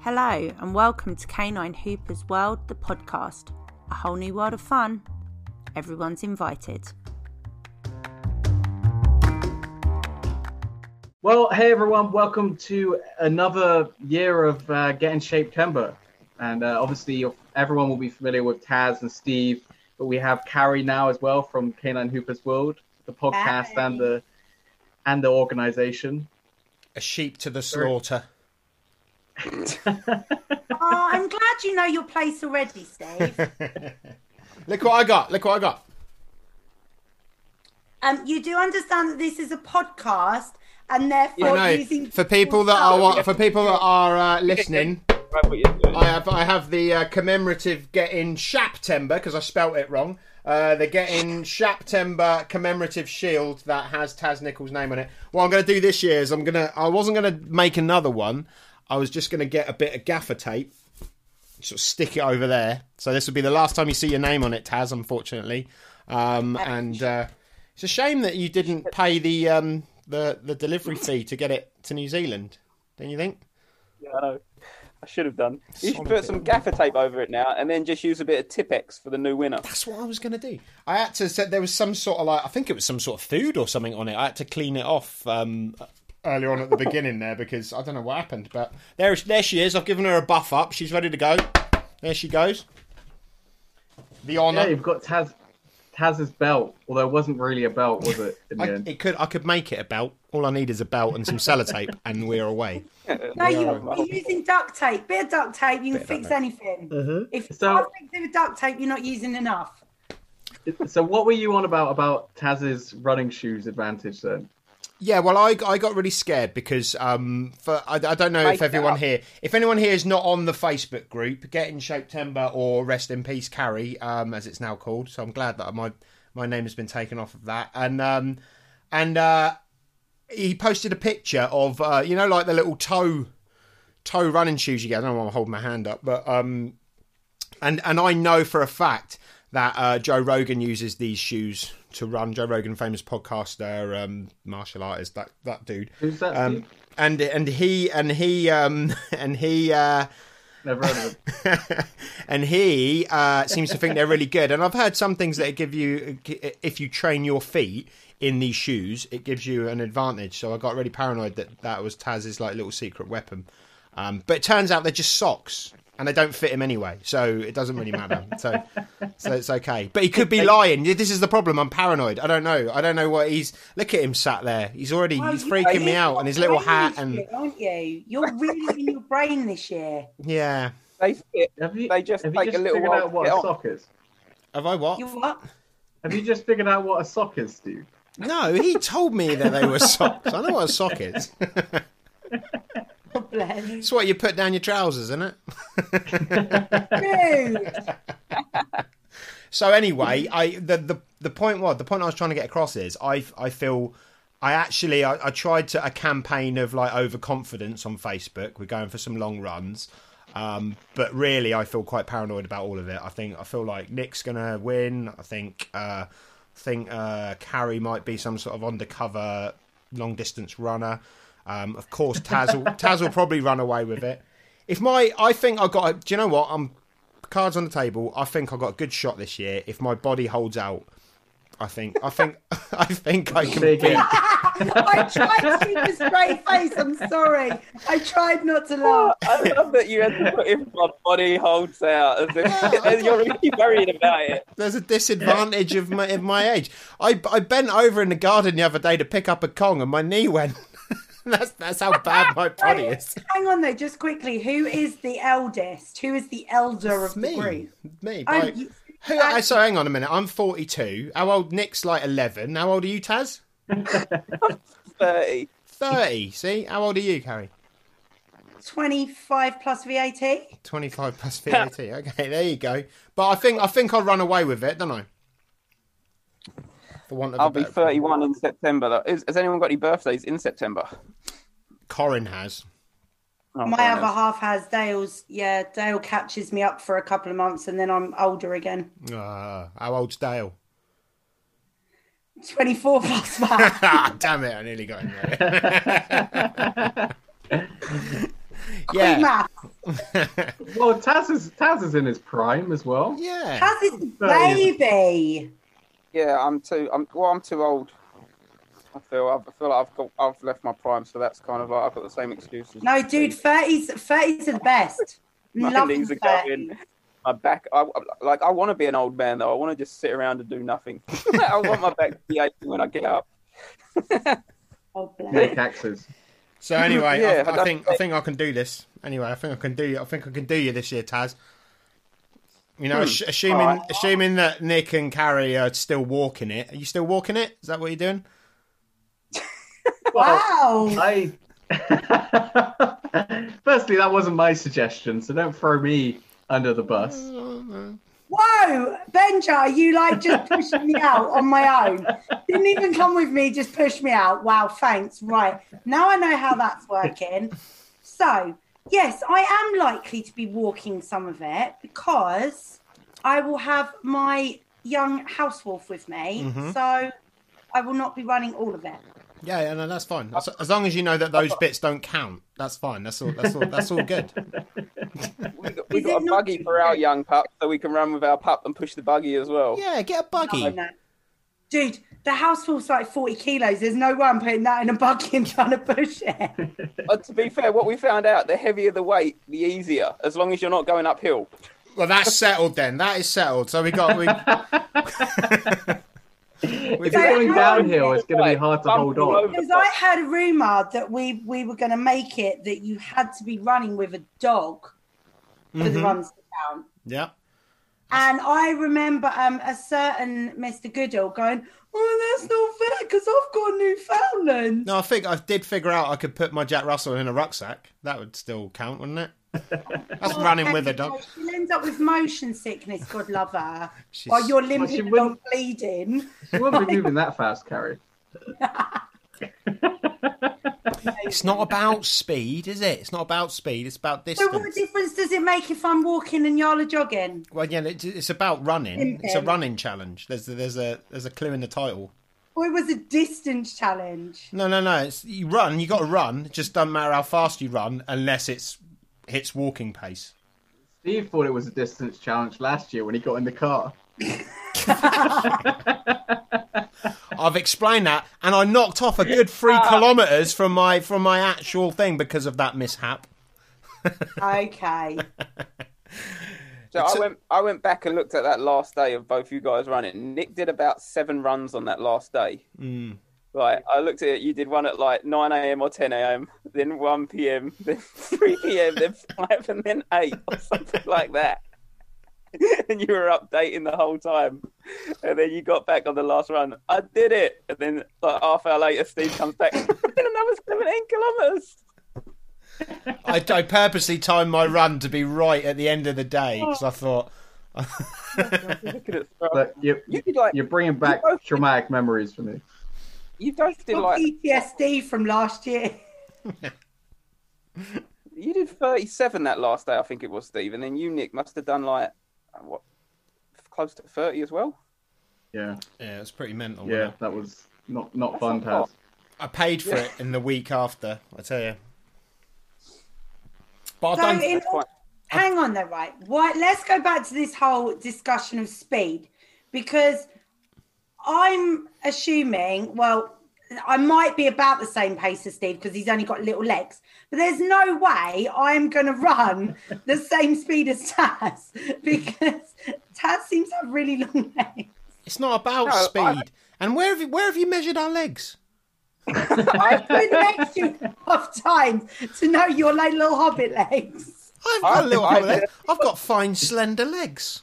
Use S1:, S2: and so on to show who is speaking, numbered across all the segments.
S1: Hello, and welcome to Canine Hooper's World, the podcast. A whole new world of fun. Everyone's invited.
S2: Well, hey everyone, welcome to another year of uh, Get in Shape Kemba. And uh, obviously, you're- everyone will be familiar with Taz and Steve, but we have Carrie now as well from Canine Hooper's World, the podcast
S3: Hi.
S2: and the and the organization.
S4: a sheep to the slaughter.
S3: Oh, I'm glad you know your place already, Steve.
S4: Look what I got. Look what I got.
S3: um, you do understand that this is a podcast, and therefore
S4: I know.
S3: using
S4: For people that are
S3: people's
S4: wa- for people that are uh, listening,
S5: Right, what you're doing.
S4: I have I have the uh, commemorative get in Shaptember because I spelt it wrong. Uh, the get in Shaptember commemorative shield that has Taz Nichols' name on it. What I'm going to do this year is I'm gonna I wasn't going to make another one. I was just going to get a bit of gaffer tape, sort of stick it over there. So this will be the last time you see your name on it, Taz. Unfortunately, um, and uh, it's a shame that you didn't pay the um, the the delivery fee to get it to New Zealand. Don't you think?
S5: Yeah, I know. I should have done. You should
S4: Solid
S5: put some gaffer tape over it now, and then just use a bit of Tippex for the new winner.
S4: That's what I was going to do. I had to said there was some sort of like I think it was some sort of food or something on it. I had to clean it off um, earlier on at the beginning there because I don't know what happened. But there, there she is. I've given her a buff up. She's ready to go. There she goes. The
S2: Yeah,
S4: honour.
S2: you've got Taz Taz's belt, although it wasn't really a belt, was it? In the
S4: I,
S2: end?
S4: it could. I could make it a belt. All I need is a belt and some sellotape, and we're away.
S3: No, you, you're using duct tape. Bit of duct tape, you can fix anything. If you
S2: So-
S3: can't fix it with duct tape, you're not using enough.
S2: So, what were you on about about Taz's running shoes advantage then?
S4: Yeah, well, I, I got really scared because um, for I, I don't know
S5: Make
S4: if
S5: it
S4: everyone
S5: up.
S4: here, if anyone here is not on the Facebook group, Get in Shape Timber or Rest in Peace Carrie, um, as it's now called. So I'm glad that my my name has been taken off of that. And um, and uh, he posted a picture of uh, you know like the little toe toe running shoes you get. I don't want to hold my hand up, but um, and and I know for a fact that uh, Joe Rogan uses these shoes to run. Joe Rogan, famous podcaster, um, martial artist, that that dude.
S2: Who's that?
S4: Um,
S2: Steve?
S4: and and he and he um, and he. Uh,
S2: Never heard of him.
S4: and he uh, seems to think they're really good. And I've heard some things that give you, if you train your feet in these shoes, it gives you an advantage. So I got really paranoid that that was Taz's like little secret weapon. Um, but it turns out they're just socks, and they don't fit him anyway, so it doesn't really matter. So, so it's okay. But he could be lying. This is the problem. I'm paranoid. I don't know. I don't know what he's. Look at him sat there. He's already
S3: Well,
S4: he's
S3: you-
S4: freaking me
S3: you've
S4: out,
S3: got
S4: and his little
S3: brain
S4: hat
S3: this
S4: and
S3: year, aren't you? You're really in your brain this year.
S4: yeah.
S5: They fit.
S2: Have you,
S5: They just
S2: have you
S5: take a
S2: just
S5: little
S2: figured
S5: while
S2: out
S5: to
S2: what
S5: get
S2: a
S5: on.
S2: sock is?
S4: Have I what?
S3: You what?
S2: Have you just figured out what a sock is, Steve?
S4: No, he told me that they were socks. I know what a sock is.
S3: God bless.
S4: It's what you put down your trousers, isn't it?
S3: Dude.
S4: So anyway, I the, the the point was the point I was trying to get across is I I feel I actually I, I tried to a campaign of like overconfidence on Facebook. We're going for some long runs. Um, but really, I feel quite paranoid about all of it. I think I feel like Nick's gonna win. I think uh, think uh, Carrie might be some sort of undercover long distance runner. Um, of course, Taz will, Taz will probably run away with it. If my, I think I got. A, do you know what? I'm cards on the table. I think I got a good shot this year. If my body holds out, I think, I think, I think I can.
S2: Big in.
S3: I tried to keep a straight face. I'm sorry. I tried not to laugh.
S5: I love that you had to put in my body holds out as if and you're really worried about it.
S4: There's a disadvantage of my of my age. I I bent over in the garden the other day to pick up a Kong, and my knee went. that's that's how bad my body is.
S3: Hang on though, just quickly. Who is the eldest? Who is the elder of the
S4: me,
S3: group?
S4: me.
S3: I'm-
S4: by- Who, I, so hang on a minute. I'm 42. How old? Nick's like 11. How old are you, Taz?
S5: 30.
S4: 30. See? How old are you, Carrie?
S3: 25 plus VAT.
S4: 25 plus 50. okay, there you go. But I think I think I'll run away with it, don't I? For want of a
S5: I'll be
S4: better-
S5: 31 in September. Though. Is, has anyone got any birthdays in September?
S4: Corin has.
S5: Oh,
S3: My
S5: fair
S3: other
S5: enough.
S3: half has Dale's. Yeah, Dale catches me up for a couple of months and then I'm older again.
S4: Uh, how old's Dale?
S3: 24 plus that.
S4: ah, damn it! I nearly got him there.
S3: Quick
S4: yeah,
S3: math.
S2: Well, Taz is Taz is in his prime as well.
S4: yeah.
S3: How's this
S2: That is-
S3: baby?
S5: Yeah, I'm too. I'm well. I'm too old. I feel. I feel like I've got. I've left my prime, so that's kind of like I've got the same excuses.
S3: No, dude, 30s, 30s are the best.
S5: my
S3: Love
S5: knees are
S3: 30s.
S5: going. My back. I like. I want to be an old man though. I want to just sit around and do nothing. I want my back to be aching when I get up.
S3: Oh, bless.
S2: Nick axes.
S4: So anyway,
S5: Yeah,
S4: I, I
S5: that's-
S4: think I think I can do this. Anyway, I think I can do you. I think I can do you this year, Taz. You know, ass- assuming
S5: Hmm. Alright.
S4: assuming that Nick and Carrie are still walking it. Are you still walking it? Is that what you're doing?
S2: Well,
S3: Wow.
S2: I. Firstly, that wasn't my suggestion, so don't throw me under the
S5: Mm.
S2: bus.
S3: Whoa, Benja, you like just pushing me out on my own. Didn't even come with me, just push me out. Wow, thanks. Right. Now I know how that's working. So, yes, I am likely to be walking some of it because I will have my young house wolf with me.
S4: Mhm.
S3: So I will not be running all of it.
S4: Yeah, yeah, no, that's fine. As, as long as you know that those bits don't count, that's fine. That's all. That's all. That's all good.
S5: We got, we
S3: Is
S5: got
S3: it
S5: a
S3: not
S5: buggy for our young pup, so we can run with our pup and push the buggy as well.
S4: Yeah, get a
S3: No,
S4: buggy.
S3: Oh, no. Dude, the house wolf's like 40 kilos. There's no way I'm putting that in a buggy and trying to push it.
S5: Uh, to be fair, what we found out, the heavier the weight, the easier, as long as you're not going uphill.
S4: Well, that's settled then. That is settled. So we got we.
S2: If you're going
S3: how-
S2: downhill, it's going to be
S5: Right,
S2: hard to
S5: bump
S2: hold
S5: all
S2: on.
S5: over.
S3: Because I heard a rumor that we we were going to make it that you had to be running with a dog for the
S4: Mhm.
S3: runs to count.
S4: Yeah.
S3: And I remember um, a certain Mr. Goodall going, "Oh, that's not fair because I've got Newfoundland."
S4: No, I think I did figure out I could put my Jack Russell in a rucksack. That would still count, wouldn't it? That's running with a dog.
S3: She'll end up with motion sickness. God love her.
S4: She's-
S3: While you're
S2: she
S3: limping
S2: wouldn't-
S3: along, bleeding.
S2: You won't be moving that fast, Carrie.
S4: It's not about speed, is it? It's not about speed. It's about
S3: So, what
S4: distance.
S3: difference does it make if I'm walking and y'all are jogging?
S4: Well, yeah, it's, it's about running. It's a
S3: Okay.
S4: running challenge. There's there's a there's a clue in the title.
S3: Or it was a distance challenge.
S4: No, no, no. It's you run. You got to run. It just doesn't matter how fast you run, unless it's hits walking pace.
S2: Steve thought it was a distance challenge last year when he got in the car.
S4: I've explained that, and I knocked off a good three kilometers from my from my actual thing because of that mishap.
S3: Okay.
S5: So
S4: It's
S5: I
S4: a-
S5: went, I went back and looked at that last day of both you guys running. Nick did about seven runs on that last day.
S4: Mm.
S5: Like I looked at it, you did one at like nine a.m. or ten a.m., then one p.m., then three p.m., then five, and then eight or something like that. and you were updating the whole time, and then you got back on the last run. I did it, and then like half hour later, Steve comes back. I've been another seventeen kilometers.
S4: I, I purposely timed my run to be right at the end of the day because I thought.
S5: Look at it, bro.
S2: But you,
S5: you did like
S2: you're bringing back
S5: both-
S2: traumatic memories for me.
S5: you both did
S3: Got
S5: like
S3: PTSD from last year.
S5: You did 37 that last day, I think it was, Steve. And then you, Nick, must have done like, what, close to 30 as well?
S2: Yeah,
S4: yeah, it's pretty mental. wasn't
S2: yeah,
S4: it?
S2: that was not not
S5: That's
S2: fun,
S5: a lot.
S2: Taz.
S4: I paid for
S5: Yeah.
S4: it in the week after. I tell you. But
S3: So
S4: I Oh, don't.
S3: in,
S5: That's fine.
S3: hang on there, right? Why? Let's go back to this whole discussion of speed, because I'm assuming. Well, I might be about the same pace as Steve because he's only got little legs. But there's no way I'm going to run the same speed as Taz because Taz seems to have really long legs.
S4: It's not about
S5: No, I-
S4: speed. And where have you where have you measured our legs?
S3: I've been next to you enough times to know your like little hobbit legs.
S4: I've got
S5: I-
S4: little
S5: I-
S4: legs. I've got fine slender legs.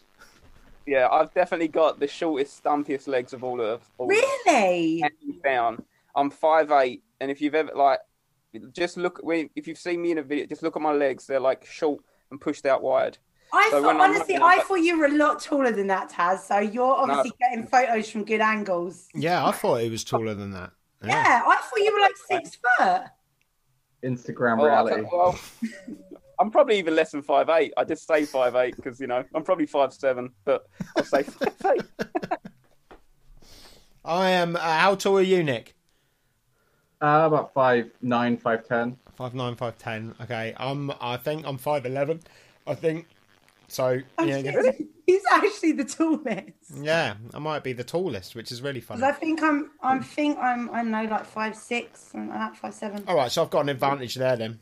S5: Yeah, I've definitely got the shortest, stumpiest legs of all of all of us,
S3: Really?
S5: hands down. I'm 5'8. And if you've ever, like, just look, when if you've seen me in a video, just look at my legs. They're like short and pushed out wide.
S3: I
S5: So
S3: thought,
S5: when I'm
S3: honestly,
S5: looking at
S3: I
S5: that-
S3: thought you were a lot taller than that, Taz. So you're obviously getting photos from good angles.
S4: Yeah, I thought he was taller than that.
S3: Yeah. I thought you were like six foot.
S2: Instagram
S5: Well, I
S2: reality.
S5: don't- well, I'm probably even less than 5'8. I just say 5'8 because, you know, I'm probably 5'7, but I'll say 5'8.
S4: I am. Uh, how tall are you, Nick?
S2: Uh, about five nine, five ten.
S4: Five nine, five ten. Okay, I'm. I think I'm five eleven. I think so. Yeah, yeah,
S3: He's actually the tallest.
S4: yeah, I might be the tallest, which is really funny.
S3: 'Cause I think I'm, I think I'm, I don't know, like five six, something like that, five seven.
S4: All right, so I've got an advantage there then.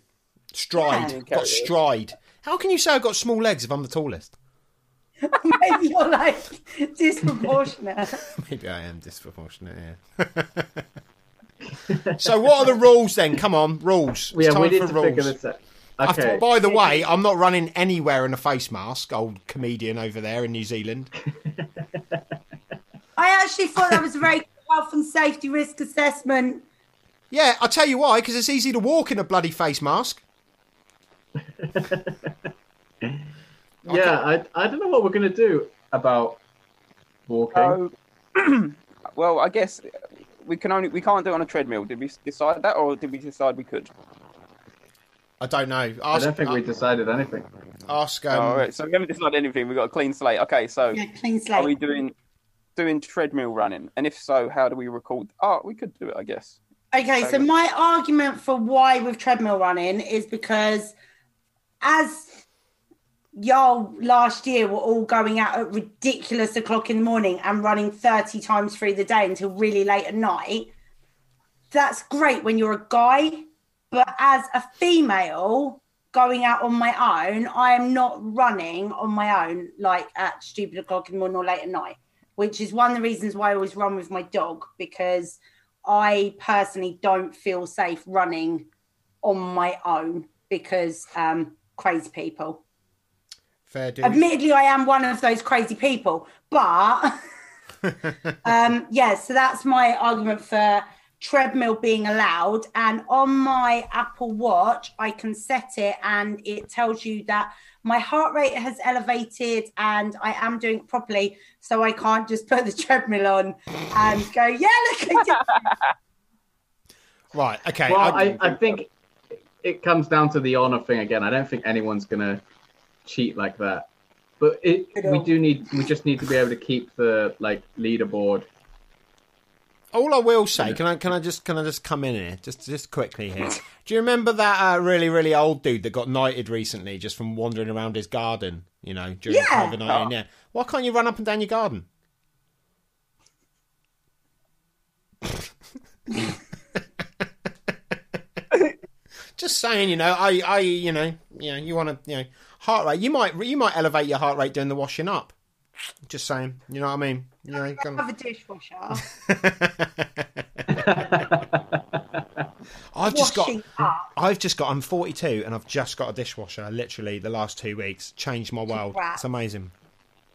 S4: Stride,
S3: Yeah.
S4: got stride. How can you say I've got small legs if I'm the tallest?
S3: Maybe you're like disproportionate.
S4: Maybe I am disproportionate. Yeah. so what are the rules then? Come on, rules. It's
S2: yeah,
S4: time
S2: we need
S4: for
S2: to
S4: rules.
S2: figure this out.
S4: I've-
S2: Okay.
S4: by the way, I'm not running anywhere in a face mask, old comedian over there in New Zealand.
S3: I actually thought that was a very good health and safety risk assessment.
S4: Yeah, I'll tell you why, because it's easy to walk in a bloody face mask.
S2: Yeah, I, I don't know what we're gonna do about walking.
S4: Oh,
S5: So, well, I guess we can only we can't do it on a treadmill. Did we decide that, or did we decide we could?
S4: I don't know. Ask,
S2: I don't think we decided anything.
S4: ask. Um,
S5: All Oh, right, so we haven't decided anything. We've got a clean slate. Okay, so
S3: Yeah, clean
S5: are we
S3: slate.
S5: doing doing treadmill running? And if so, how do we record? Oh, we could do it, I guess.
S3: Okay, so my argument for why with treadmill running is because as y'all last year were all going out at ridiculous o'clock in the morning and running 30 times through the day until really late at night, that's great when you're a guy. But as a female going out on my own, I am not running on my own like at stupid o'clock in the morning or late at night, which is one of the reasons why I always run with my dog because I personally don't feel safe running on my own because um, crazy people.
S4: Fair dues.
S3: Admittedly, I am one of those crazy people, but um, yeah, so that's my argument for treadmill being allowed. And on my Apple Watch, I can set it and it tells you that my heart rate has elevated and I am doing it properly. So I can't just put the treadmill on and go, yeah, look, I did
S4: Right. Okay.
S2: Well,
S4: I-
S2: I, I think it comes down to the honor thing again. I don't think anyone's gonna cheat like that. But it, we do need we just need to be able to keep the like leaderboard.
S4: All I will say, can I can I just can I just come in here just just quickly here? Do you remember that uh, really really old dude that got knighted recently just from wandering around his garden? You know, during
S3: Yeah.
S4: COVID nineteen. Yeah. Why can't you run up and down your garden? just saying, you know, I I you know you know you want to you know heart rate. You might you might elevate your heart rate doing the washing up. Just saying, you know what I mean? You know, kind of-
S3: have a dishwasher.
S4: I've just got
S3: washing up.
S4: I've just got. I'm 42 and I've just got a dishwasher. Literally, the last two weeks changed my world.
S3: Wow.
S4: It's amazing.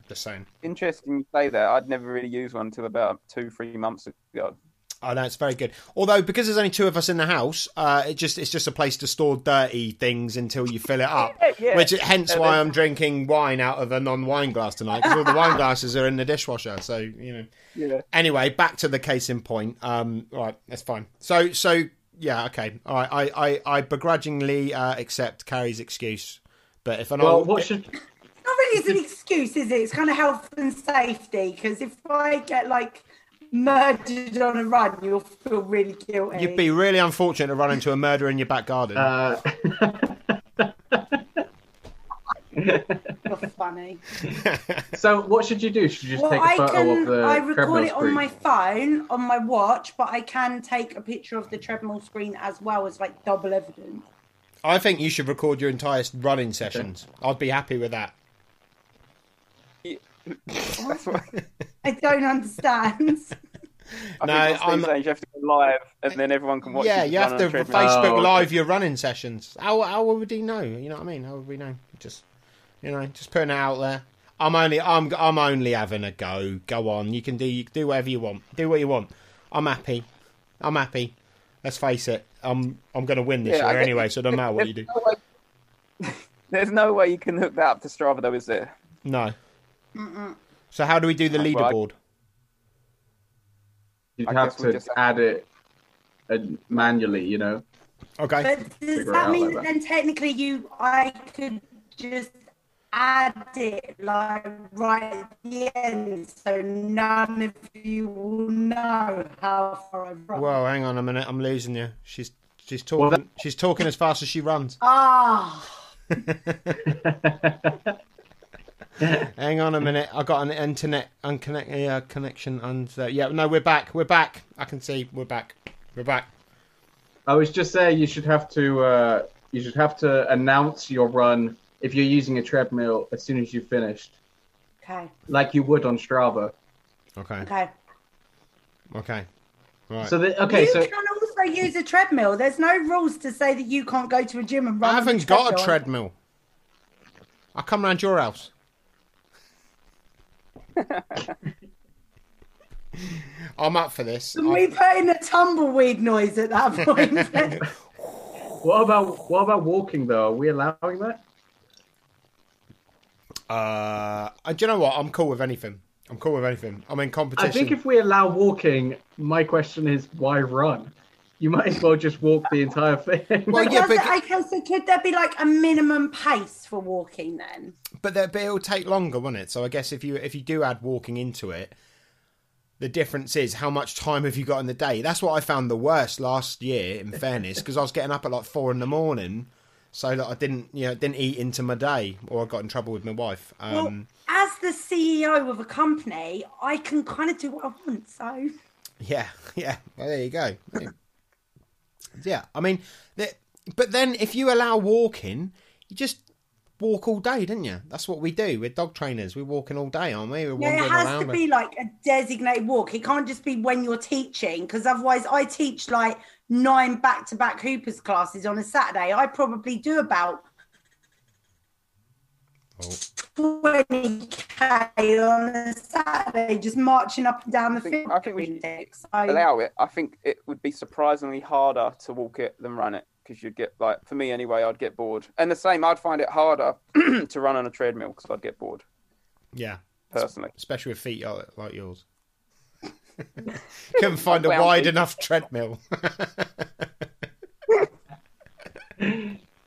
S4: Just saying.
S5: Interesting you say that. I'd never really used one until about two, three months ago.
S4: I know it's very good. Although because there's only two of us in the house, uh, it just it's just a place to store dirty things until you fill it up.
S5: Yeah, yeah.
S4: Which hence
S5: Yeah,
S4: why
S5: there's-
S4: I'm drinking wine out of a non-wine glass tonight because all the wine glasses are in the dishwasher. So you know.
S5: Yeah.
S4: Anyway, back to the case in point. Um, all right, that's fine. So so yeah, okay, all right. I I, I begrudgingly uh, accept Carrie's excuse, but if an
S2: Well,
S4: old
S2: what should
S3: Not really as an excuse, is it? It's kind of health and safety. Because if I get like murdered on a run, you'll feel really guilty.
S4: You'd be really unfortunate to run into a murderer in your back garden.
S2: uh,
S3: You're funny.
S2: so what should you do? Should you just
S3: well,
S2: take
S3: I
S2: a photo
S3: can.
S2: of the
S3: I record
S2: treadmill
S3: it on
S2: screen?
S3: my phone on my watch, but I can take a picture of the treadmill screen as well as like double evidence.
S4: I think you should record your entire running sessions. I'd be happy with that.
S5: That's what,
S3: I don't understand.
S5: I
S4: No, I'm-
S5: think I'm saying you have to go live and then everyone can watch
S4: yeah,
S5: you
S4: you have
S5: run
S4: to
S5: on a treadmill.
S4: Facebook
S2: Oh, okay.
S4: Live your running sessions. How how would he know? You know what I mean? How would we know? Just you know, just putting it out there. I'm only I'm I'm only having a go. Go on, you can do you can do whatever you want. Do what you want. I'm happy. I'm happy. Let's face it. I'm I'm going to win this
S5: Yeah, I
S4: year
S5: get-
S4: anyway, so it doesn't matter what you do.
S5: There's no way- There's no way you can hook that up to Strava, though, is there?
S4: No. So how do we do the
S5: Right.
S4: leaderboard?
S2: You'd
S5: I
S2: have
S5: guess we
S2: to
S5: just-
S2: add it and manually, you know.
S4: Okay.
S3: But does
S2: Figure it
S3: that
S2: out
S3: mean
S2: like
S3: that
S2: that.
S3: then technically you, I could just add it like right at the end, so none of you will know how far I've run.
S4: Whoa, hang on a minute. I'm losing you. She's she's talking.
S2: that-
S4: she's talking as fast as she runs.
S3: Ah,
S4: Hang on a minute. I got an internet unconnect uh, connection and uh, yeah. No, we're back. We're back. I can see. We're back. We're back.
S2: I was just saying you should have to uh, you should have to announce your run if you're using a treadmill as soon as you finished,
S3: okay,
S2: like you would on Strava.
S4: Okay.
S3: okay.
S4: Okay. Right.
S2: So the, okay,
S3: you
S2: so
S3: can also use a treadmill. There's no rules to say that you can't go to a gym and run.
S4: I
S3: on
S4: haven't got a
S3: treadmill.
S4: treadmill. I'll come round your house. I'm up for this.
S3: Can we
S4: I-
S3: put in a tumbleweed noise at that point?
S2: what about what about walking though? Are we allowing that?
S4: Uh, and do you know what? I'm cool with anything. I'm cool with anything. I'm in
S2: I
S4: competition.
S2: think if we allow walking, my question is why run? You might as well just walk the entire thing.
S4: Well, yeah,
S3: Does it-
S4: but-
S3: okay, so could there be like a minimum pace for walking then?
S4: but, there, but it'll take longer, won't it? So I guess if you if you do add walking into it, the difference is how much time have you got in the day. That's what I found the worst last year. In fairness, because I was getting up at like four in the morning, so that I didn't you know didn't eat into my day, or I got in trouble with my wife. Um,
S3: Well, as the CEO of a company, I can kind of do what I want. So
S4: Yeah, yeah. Well, there you go. yeah, I mean, th- but then if you allow walking, you just walk all day, don't you? That's what we do. We're dog trainers. We're walking all day, aren't we? We're
S3: yeah,
S4: wandering
S3: it has
S4: around.
S3: to be like a designated walk. It can't just be when you're teaching, because otherwise, I teach like nine back to back Hoopers classes on a Saturday. I probably do about
S4: Oh.
S3: 20k on a Saturday, just marching up and down the
S5: I think-
S3: field.
S5: I think we should
S3: So-
S5: allow it. I think it would be surprisingly harder to walk it than run it because you'd get like for me anyway, I'd get bored. And the same, I'd find it harder to run on a treadmill because I'd get bored
S4: yeah,
S5: personally.
S4: especially with feet like like yours. Couldn't find a
S5: Well,
S4: wide
S5: it-
S4: enough treadmill.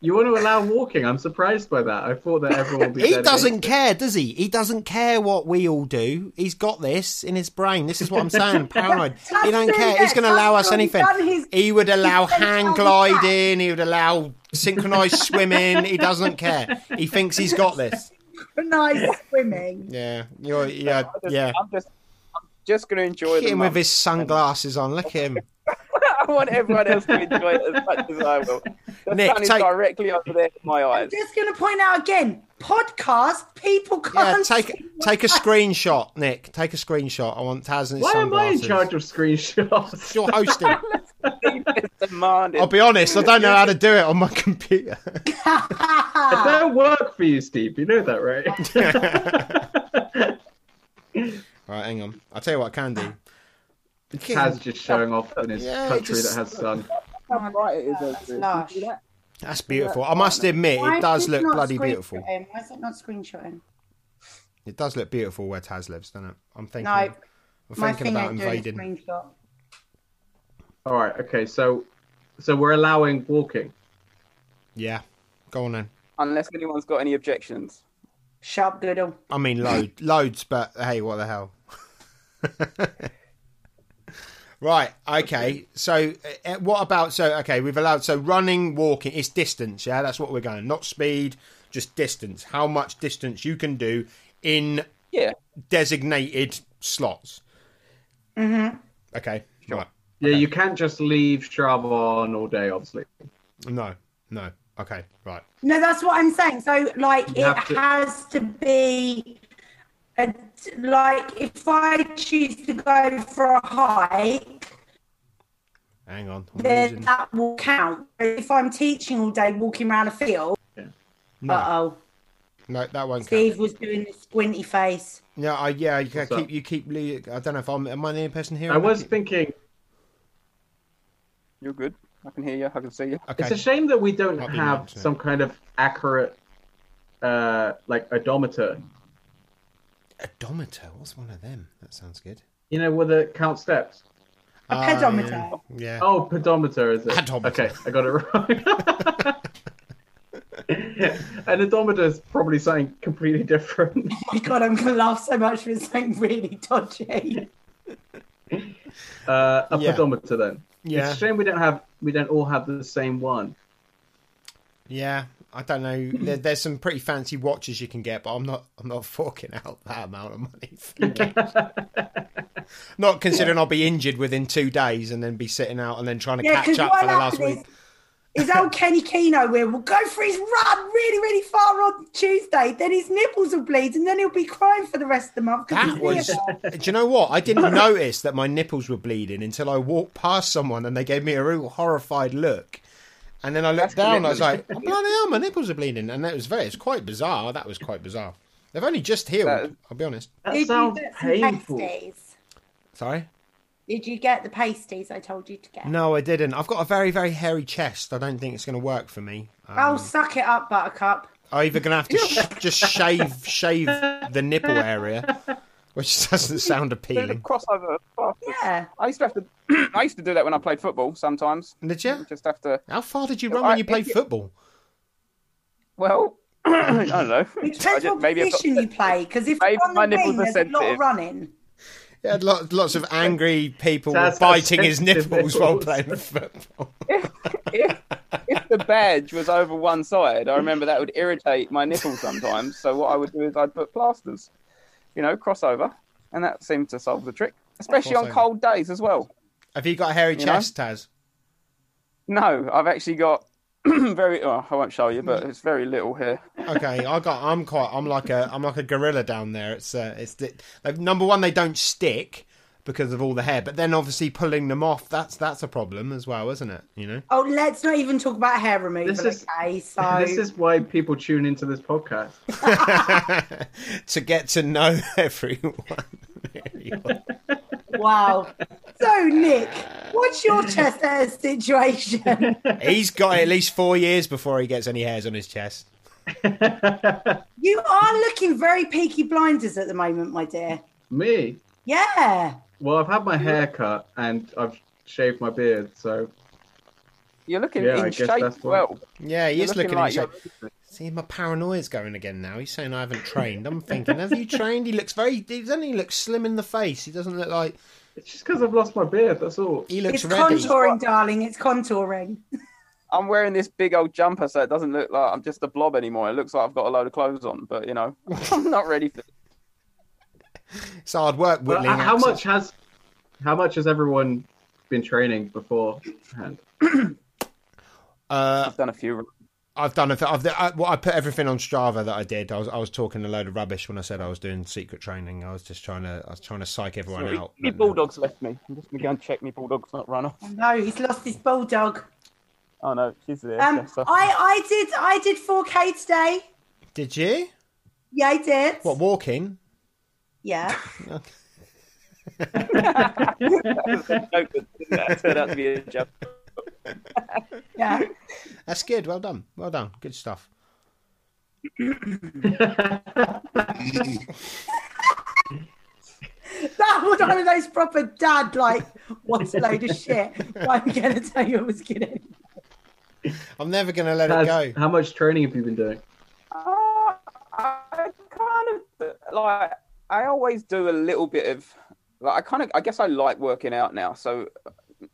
S2: You want to allow walking? I'm surprised by that. I thought that everyone would be.
S4: he
S2: dead
S4: doesn't care, does he? He doesn't care what we all do. He's got this in his brain. This is what I'm saying. Paranoid. he don't
S3: That's
S4: care.
S3: it.
S4: He's going to allow us
S3: That's
S4: anything.
S3: all he's done. He's-
S4: He would allow
S3: spent
S4: hand
S3: time
S4: gliding. He would allow synchronized swimming. He doesn't care. He thinks he's got this.
S3: nice swimming.
S4: Yeah, you're, yeah,
S5: I just-
S4: yeah.
S5: I'm just, I'm just going to enjoy
S4: Look at
S5: the
S4: him with
S5: month.
S4: his sunglasses on. Look at him.
S5: I want everyone else to enjoy it as much as I will. The
S4: Nick,
S5: sun is
S4: take-
S5: directly over there in my eyes.
S3: I'm just going to point out again podcast, people
S4: Yeah,
S3: can't.
S4: take
S3: see
S4: take a screenshot, Nick. Take a screenshot. I want Taz and his
S2: Why am I in
S4: sunglasses.
S2: charge of screenshots?
S4: You're hosting.
S5: It's demanded.
S4: I'll be honest. I don't know how to do it on my computer.
S2: It don't work for you, Steve. You know that, right?
S4: Right, hang on. I'll tell you what I can do.
S2: Taz just showing off in his
S4: Yeah, it
S2: country
S4: just-
S2: that has sun.
S5: how bright it is over there.
S3: lush.
S5: Can you see that?
S4: That's beautiful. I must admit,
S3: Why
S4: it does
S3: is
S4: look
S3: not
S4: bloody
S3: screenshotting?
S4: beautiful.
S3: Why is it not screenshotting?
S4: It does look beautiful where Taz lives, doesn't it? I'm thinking.
S3: No,
S4: I'm
S3: my
S4: thinking
S3: thing
S4: about
S3: ain't doing a
S4: invading.
S3: screenshot.
S2: All right. Okay. So, so we're allowing walking.
S4: Yeah, go on then.
S5: Unless anyone's got any objections.
S3: Sharp Goodall.
S4: I mean, load, loads, but hey, what the hell? right. Okay. So, uh, what about? So, okay, we've allowed. So, running, walking, it's distance. Yeah, that's what we're going. Not speed, just distance. How much distance you can do in
S5: Yeah.
S4: designated slots. Mm-hmm. Okay. Right.
S2: Yeah, you can't just leave Strava on all day. Obviously,
S4: No. No. Okay. Right.
S3: No, that's what I'm saying. So, like,
S2: You
S3: it
S2: have to-
S3: has to be, a, like, if I choose to go for a hike,
S4: Hang on. I'm
S3: then
S4: losing-
S3: that will count. If I'm teaching all day, walking around a field, uh
S4: No.
S3: oh,
S4: No, that won't. Count.
S3: Steve was doing the squinty face.
S4: No. I, yeah. You keep.
S2: up?
S4: You keep. lo- I don't know if I'm. Am I the only person here?
S2: I was thinking
S5: You're good. I can hear you. I can see you.
S4: Okay.
S2: it's a shame that we don't
S4: Might be
S2: have
S4: next, yeah.
S2: some kind of accurate, uh, like odometer.
S4: Odometer. What's one of them? That sounds good.
S2: You know, with it count steps.
S3: A
S4: Ah,
S3: pedometer.
S4: Yeah.
S2: Oh, pedometer is it?
S4: Pedometer.
S2: Okay, I got it wrong. An odometer is probably something completely different.
S3: Oh my god, I'm gonna laugh so much for something really dodgy.
S2: Uh, a
S4: Yeah.
S2: pedometer then.
S4: Yeah.
S2: It's a shame we don't have we don't all have the same one.
S4: Yeah, I don't know. There, there's some pretty fancy watches you can get, but I'm not. I'm not forking out that amount of money. For games. not considering I'll be injured within two days and then be sitting out and then trying to
S3: Yeah,
S4: catch
S3: because
S4: up for
S3: what
S4: the last
S3: happened
S4: week.
S3: is, is old Kenny Keno will will go for his run really, really far on Tuesday. Then his nipples will bleed, and then he'll be crying for the rest of the month. 'cause
S4: That
S3: he's
S4: was. Do
S3: weird.
S4: you know what? I didn't notice that my nipples were bleeding until I walked past someone and they gave me a real horrified look. And then I
S2: That's
S4: looked down. and I was like,
S2: commitment.
S4: oh, "Bloody hell, my nipples are bleeding!" And that was very. It's quite bizarre. That was quite bizarre. They've only just healed.
S5: That-
S4: I'll be honest.
S2: That
S3: Did you
S2: sounds
S3: get some
S2: painful.
S3: pasties?
S4: Sorry.
S3: Did you get the pasties I told you to get?
S4: No, I didn't. I've got a very, very hairy chest. I don't think it's going to work for me. Um,
S3: Oh, suck it up, Buttercup.
S4: I'm either going to have to sh- just shave, shave the nipple area, which doesn't sound
S5: Do the
S4: appealing.
S5: crossover.
S3: Yeah.
S5: I used to have to. I used to do that when I played football sometimes.
S4: Did you?
S5: Just have to.
S4: How far did you run when you played football?
S5: Well, I don't know.
S3: It
S5: I
S3: depends
S5: just-
S3: what
S5: maybe I've got-
S3: position you play, because if
S5: Maybe
S3: you're on
S5: my
S3: the
S5: nipples
S3: wing,
S5: are
S3: there's a lot of
S5: sensitive.
S3: running.
S4: Yeah, lots, lots of angry people
S2: That's how
S4: biting his
S2: sensitive
S4: nipples while
S2: nipples.
S4: playing football.
S5: if, if the badge was over one side, I remember that would irritate my nipple sometimes. So what I would do is I'd put plasters, you know, crossover, and that seemed to solve the trick, especially on
S4: Crossover.
S5: cold days as well.
S4: Have you got a hairy
S5: You know?
S4: chest, Taz?
S5: No, I've actually got very. Oh, I won't show you, but it's very little here.
S4: Okay, I got. I'm quite. I'm like a. I'm like a gorilla down there. It's. Uh, it's. The, like, number one, they don't stick because of all the hair, but then obviously pulling them off. That's that's a problem as well, isn't it? You know.
S3: Oh, let's not even talk about hair removal.
S2: This is-
S3: okay, so
S2: This is why people tune into this podcast.
S4: to get to know everyone. Really well.
S3: wow. So Nick, what's your chest hair situation?
S4: He's got at least four years before he gets any hairs on his chest.
S3: you are looking very peaky blinders at the moment, my dear.
S2: Me?
S3: Yeah.
S2: Well, I've had my hair cut and I've shaved my beard, so
S5: You're looking
S2: Yeah, I
S5: in
S2: guess
S5: shape
S2: that's
S5: as
S2: what-
S5: well.
S4: Yeah, he
S5: You're
S4: is looking,
S5: looking
S4: at
S5: like
S4: you. See, my paranoia's going again now. He's saying I haven't trained. I'm thinking, have you trained? He looks very. He doesn't. He looks slim in the face. He doesn't look like.
S2: it's just because I've lost my beard. That's all.
S4: He looks
S3: It's
S4: ready.
S3: contouring, darling. It's contouring.
S5: I'm wearing this big old jumper, so it doesn't look like I'm just a blob anymore. It looks like I've got a load of clothes on, but you know, I'm not ready for.
S4: It's hard work
S2: But
S4: whittling.
S2: uh, how
S4: axes.
S2: much has how much has everyone been training beforehand?
S4: Uh,
S5: I've done a few.
S4: I've done. A, I've, I, well, I put everything on Strava that I did. I was, I was talking a load of rubbish when I said I was doing secret training. I was just trying to. I was trying to psych everyone
S5: Sorry,
S4: out.
S5: my
S4: But no.
S5: bulldog's left me. I'm just gonna go and check my bulldog's not run off.
S3: Oh, No, he's lost his bulldog.
S5: Oh no, she's there.
S3: Um,
S5: Jess, so-
S3: I I did I did 4K today.
S4: Did you?
S3: Yeah, I did.
S4: What walking?
S3: Yeah.
S5: That turned out to be a joke.
S3: Yeah.
S4: That's good. Well done. Well done. Good stuff.
S3: That was one of those proper dad, like, what a load of shit. Why am I going to tell you I was kidding?
S4: I'm never going to let
S2: Has-
S4: it go.
S2: How much training have you been doing?
S5: Uh, I kind of like. I always do a little bit of. Like, I kind of. I guess I like working out now, so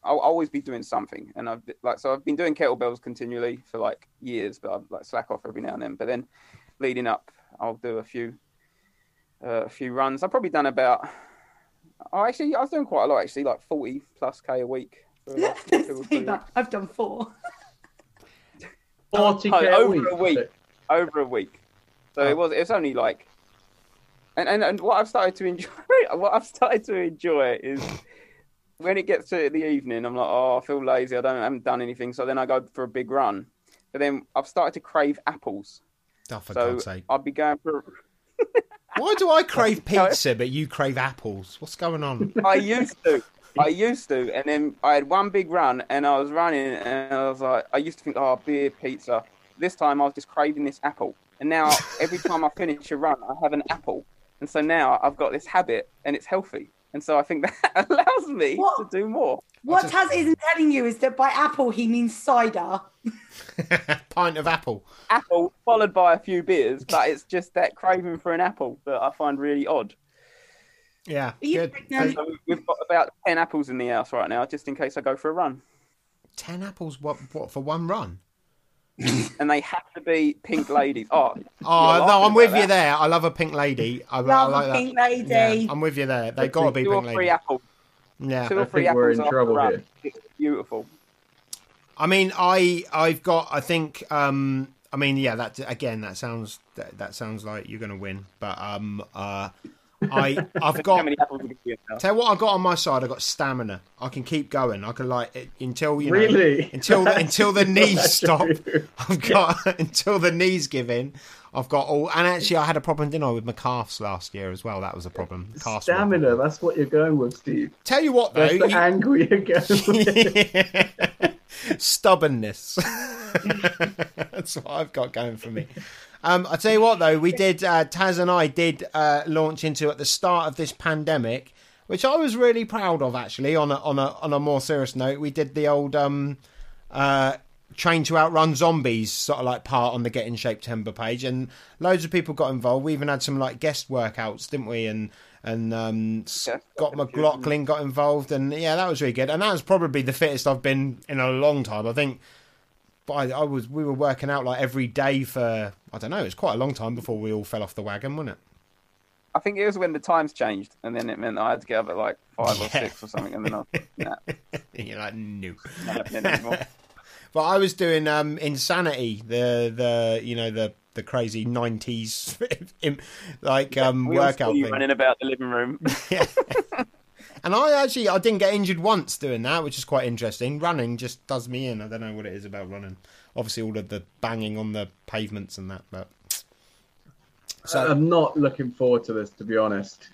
S5: I'll always be doing something. And I've like, so I've been doing kettlebells continually for like years, but I like slack off every now and then. But then, leading up, I'll do a few, uh, a few runs. I've probably done about. I actually, I was doing quite a lot actually, like forty plus k a week. for the last two or three weeks.
S3: I've done four.
S2: Forty k
S5: over a week. over a week. So
S4: Oh.
S5: it was it's only like and, and and what I've started to enjoy what I've started to enjoy is when it gets to the evening I'm like, oh I feel lazy, I don't I haven't done anything, so then I go for a big run. But then I've started to crave apples.
S4: Oh, for
S5: so
S4: God's sake.
S5: I'd be going for
S4: Why do I crave pizza but you crave apples? What's going on?
S5: I used to. I used to, and then I had one big run, and I was running, and I was like, I used to think, oh, beer, pizza. This time, I was just craving this apple, and now every time I finish a run, I have an apple, and so now I've got this habit, and it's healthy. And so I think that allows me
S3: What?
S5: to do more.
S3: What Taz isn't telling you is that by apple he means cider.
S4: Pint of apple.
S5: Apple followed by a few beers, but it's just that craving for an apple that I find really odd.
S4: Yeah.
S3: you
S4: Good.
S3: pregnant?
S5: So we- we've got about 10 apples in the house right now, just in case I go for a run.
S4: Ten apples. What? What for one run?
S5: And they have to be pink ladies.
S4: Oh
S5: Oh, you're
S4: no, I'm
S5: laughing
S4: with
S5: about
S4: you
S5: that.
S4: there. I love a pink lady. I, I
S3: Love
S4: like
S3: a
S4: that.
S3: pink lady.
S4: Yeah, I'm with you there. They gotta be
S5: Two or
S4: pink
S5: three
S4: lady.
S5: apples.
S4: Yeah.
S5: Two
S2: I
S5: or three
S2: think we're
S5: apples.
S2: in
S5: after
S2: trouble
S5: a run.
S2: here.
S5: It's beautiful.
S4: I mean, I I've got. I think. Um, I mean, yeah. That again. That sounds. That, that sounds like you're going to win. But um, uh, I I've
S5: How
S4: got.
S5: many apples have you got?
S4: Tell you what I got on my side. I got stamina. I can keep going. I can like it- until you know,
S2: Really?
S4: until the, until the knees
S2: That's
S4: stop.
S2: true.
S4: I've got until the knees give in. I've got all. And actually, I had a problem didn't I with my calves last year as well. That was a problem. Calves were-
S2: Stamina, that's what you're going with, Steve.
S4: Tell you what though,
S2: That's the
S4: you-
S2: angle you're going with.
S4: stubbornness. That's what I've got going for me. Um, I tell you what, though, we did uh, Taz and I did uh, launch into at the start of this pandemic, which I was really proud of. Actually, on a on a on a more serious note, we did the old um, uh, train to outrun zombies sort of like part on the Get in Shape Timber page, and loads of people got involved. We even had some like guest workouts, didn't we? And and um,
S5: Yeah.
S4: Scott McLaughlin got involved, and yeah, that was really good. And that was probably the fittest I've been in a long time. I think, but I, I was we were working out like every day for I don't know, it was quite a long time before we all fell off the wagon, wasn't it?
S5: I think it was when the times changed, and then it meant that I had to get up at like five or
S4: Yeah.
S5: six or something, and then I nah,
S4: And you're like, no.
S5: not happening anymore.
S4: But I was doing um, Insanity, the the you know the the crazy nineties like um,
S5: We all saw
S4: workout
S5: you
S4: thing.
S5: running about the living room.
S4: Yeah. and I actually I didn't get injured once doing that, which is quite interesting. Running just does me in. I don't know what it is about running. Obviously, all of the banging on the pavements and that, but so
S2: I'm not looking forward to this, to be honest.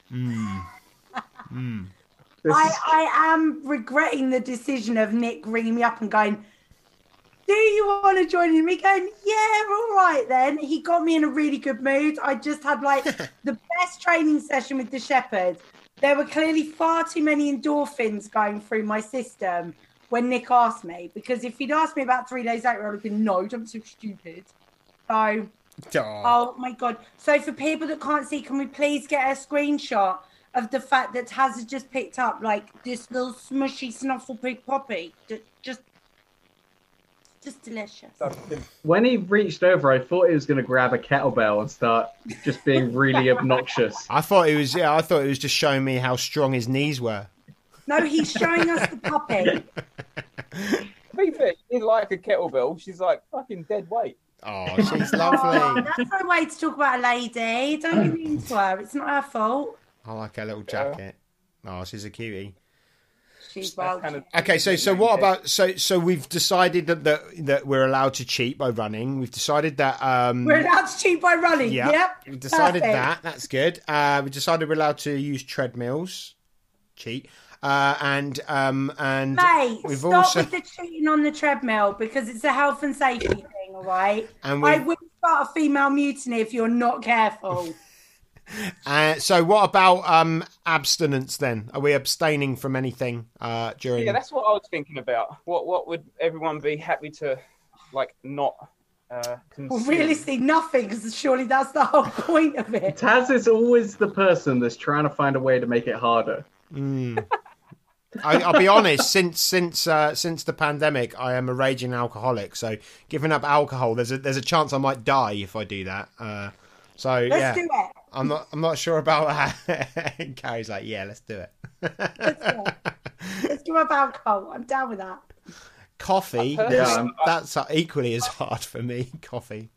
S2: This
S3: I,
S2: is-
S3: I am regretting the decision of Nick ringing me up and going, Do you want to join in? Me going, Yeah, all right then. He got me in a really good mood. I just had like the best training session with the Shepherd. There were clearly far too many endorphins going through my system when Nick asked me, because if he'd asked me about three days later, I would have been, No, don't be so stupid. So
S4: Aw.
S3: Oh my god! So for people that can't see, can we please get a screenshot of the fact that Taz has just picked up like this little smushy snuffle pig poppy? Ju- Just, just delicious.
S2: when he reached over, I thought he was going to grab a kettlebell and start just being really obnoxious.
S4: I thought it was yeah, I thought it was just showing me how strong his knees were.
S3: No, he's showing us the puppy.
S5: to be fair, she did like a kettlebell. She's like fucking dead weight.
S4: Oh, she's
S3: Oh,
S4: lovely.
S3: that's no way to talk about a lady. Don't be mean to her. It's not her fault.
S4: I like her little jacket. Oh, she's a cutie.
S3: She's well.
S5: kind of-
S4: Okay, so so what about so so we've decided that that, that we're allowed to cheat by running. We've decided that um
S3: We're allowed to cheat by running.
S4: Yeah.
S3: Yep.
S4: We decided that.
S3: Perfect.
S4: That's good. Uh, we decided we're allowed to use treadmills. Cheat. Uh, and um and
S3: Mate,
S4: we've
S3: stop
S4: also
S3: with the cheating on the treadmill because it's a health and safety thing, all right?
S4: And
S3: I
S4: we've-
S3: will start a female mutiny if you're not careful.
S4: uh, so what about um abstinence then? Are we abstaining from anything uh during
S5: Yeah, that's what I was thinking about. What what would everyone be happy to like not? Uh,
S3: well,
S5: consume?
S3: realistically, nothing, because surely that's the whole point of it.
S2: Taz is always the person that's trying to find a way to make it harder.
S4: Mm. I, I'll be honest. Since since uh, since the pandemic, I am a raging alcoholic. So giving up alcohol, there's a there's a chance I might die if I do that. Uh, so
S3: Let's
S4: yeah,
S3: do it.
S4: I'm not I'm not sure about that. Carrie's like, yeah, let's do it.
S3: Let's give up alcohol. I'm down with that.
S4: coffee,
S5: Personally,
S4: that's-
S2: I'm-
S4: that's equally as hard for me. Coffee.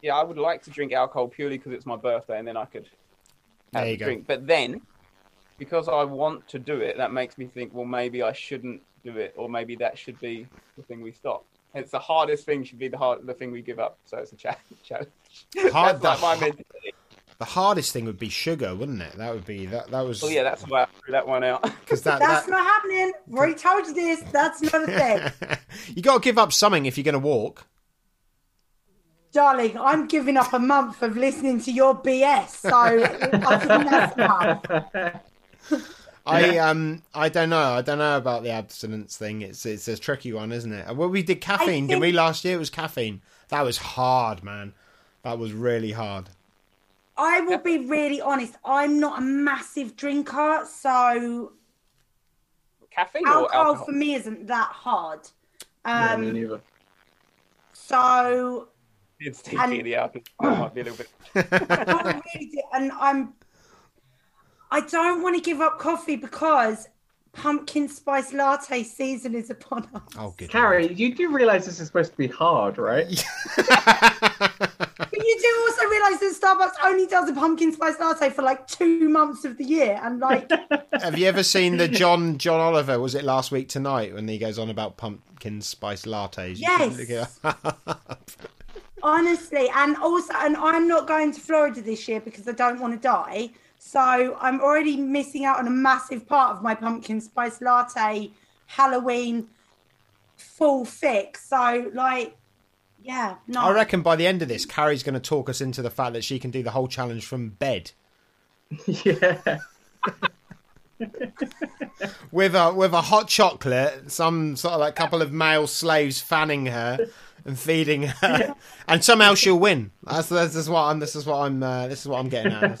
S5: yeah, I would like to drink alcohol purely because it's my birthday, and then I could have
S4: There you
S5: a
S4: go.
S5: drink. But then, because I want to do it, that makes me think, well, maybe I shouldn't do it, or maybe that should be the thing we stop. It's the hardest thing should be the hard the thing we give up. So it's a cha- challenge.
S4: Hard-
S5: that's like my
S4: the-
S5: mentality.
S4: The hardest thing would be sugar, wouldn't it? That would be that. That was
S5: Well, yeah, that's why I threw that one out.
S4: because that,
S3: That's
S4: that-
S3: not happening. Roy told you this. That's not a thing.
S4: you got to give up something if you're going to walk.
S3: Darling, I'm giving up a month of listening to your BS. So I think that's enough.
S4: I um I don't know I don't know about the abstinence thing. It's it's a tricky one, isn't it? Well, we did caffeine, didn't
S3: think-
S4: we? Last year it was caffeine. That was hard, man. That was really hard.
S3: I will be really honest. I'm not a massive drinker, so
S5: Caffeine or
S3: alcohol,
S5: alcohol?
S3: for me isn't that hard.
S2: Yeah,
S3: Um,
S2: me neither.
S3: so
S5: It's
S3: and-
S5: the alcohol might be a little bit.
S3: I really do, and I'm. I don't want to give up coffee because pumpkin spice latte season is upon us.
S4: Oh, good.
S2: Carrie, you do realize this is supposed to be hard, right?
S3: But you do also realise that Starbucks only does a pumpkin spice latte for like two months of the year, and like
S4: Have you ever seen the John John Oliver? Was it last week tonight when he goes on about pumpkin spice lattes? You can
S3: Yes.
S4: look it up.
S3: honestly, and also, and I'm not going to Florida this year because I don't want to die. So I'm already missing out on a massive part of my pumpkin spice latte Halloween full fix. So like, yeah, no.
S4: I reckon by the end of this, Carrie's going to talk us into the fact that she can do the whole challenge from bed
S2: yeah.
S4: with a with a hot chocolate, some sort of like couple of male slaves fanning her and feeding her, and somehow she'll win. That's this is what I'm this is what I'm uh, this is what I'm getting at.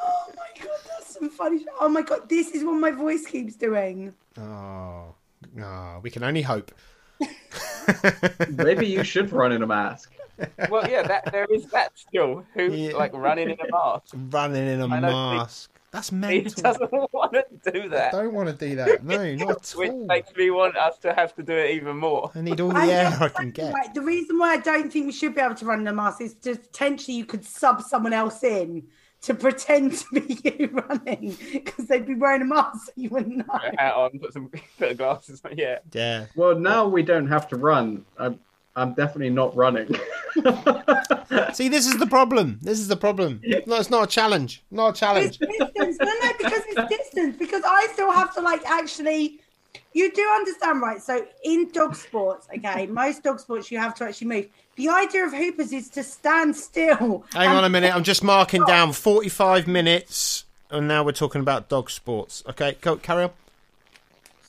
S3: Oh my god, that's some funny. Sh- oh my god, this is what my voice keeps doing.
S4: Oh, oh we can only hope.
S2: Maybe you should run in a mask.
S5: Well, yeah, that there is that still who
S4: Yeah.
S5: like running in a mask.
S4: Running in a
S5: I don't think-
S4: mask. That's
S5: He
S4: mental.
S5: doesn't want to do that,
S4: don't want to do that. No, not at
S5: which
S4: all.
S5: makes me want us to have to do it even more.
S4: I need all the
S3: I'm
S4: air
S3: just
S4: I can
S3: wondering,
S4: get.
S3: like, the reason why I don't think we should be able to run in a mask is to potentially you could sub someone else in to pretend to be you running because they'd be wearing a mask so you wouldn't know.
S5: Hat on, put some put the glasses on. Yeah,
S4: Yeah.
S2: Well, now we don't have to run. I'm, I'm definitely not running.
S4: See, this is the problem. This is the problem. No, it's not a challenge. Not a
S3: It's
S4: challenge.
S3: distance. No, no, because it's distance. Because I still have to like actually. You do understand, right? So in dog sports, okay, most dog sports you have to actually move. The idea of hoopers is to stand still.
S4: Hang
S2: Um,
S3: and
S4: on a minute. I'm just
S2: oh.
S4: marking down 45 minutes, and now we're talking about dog sports. Okay, go carry on.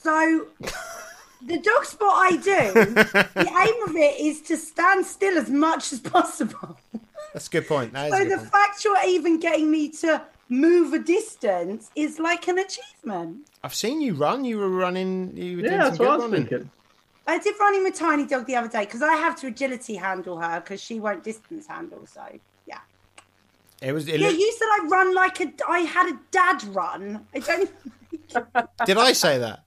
S3: So the dog sport I do, the aim of it is to stand still as much as possible.
S4: That's a good point. That is
S3: So
S4: a good
S3: the
S4: point.
S3: fact you're even getting me to move a distance is like an achievement.
S4: I've seen you run. You were running. You were
S2: yeah,
S4: doing some
S2: that's
S4: good
S2: what I was
S4: running.
S2: thinking.
S3: I did running with Tiny Dog the other day because I have to agility handle her because she won't distance handle. So yeah,
S4: It was. It
S3: yeah.
S4: looked-
S3: You said I run like a. I had a dad run. I don't.
S4: Did I say that?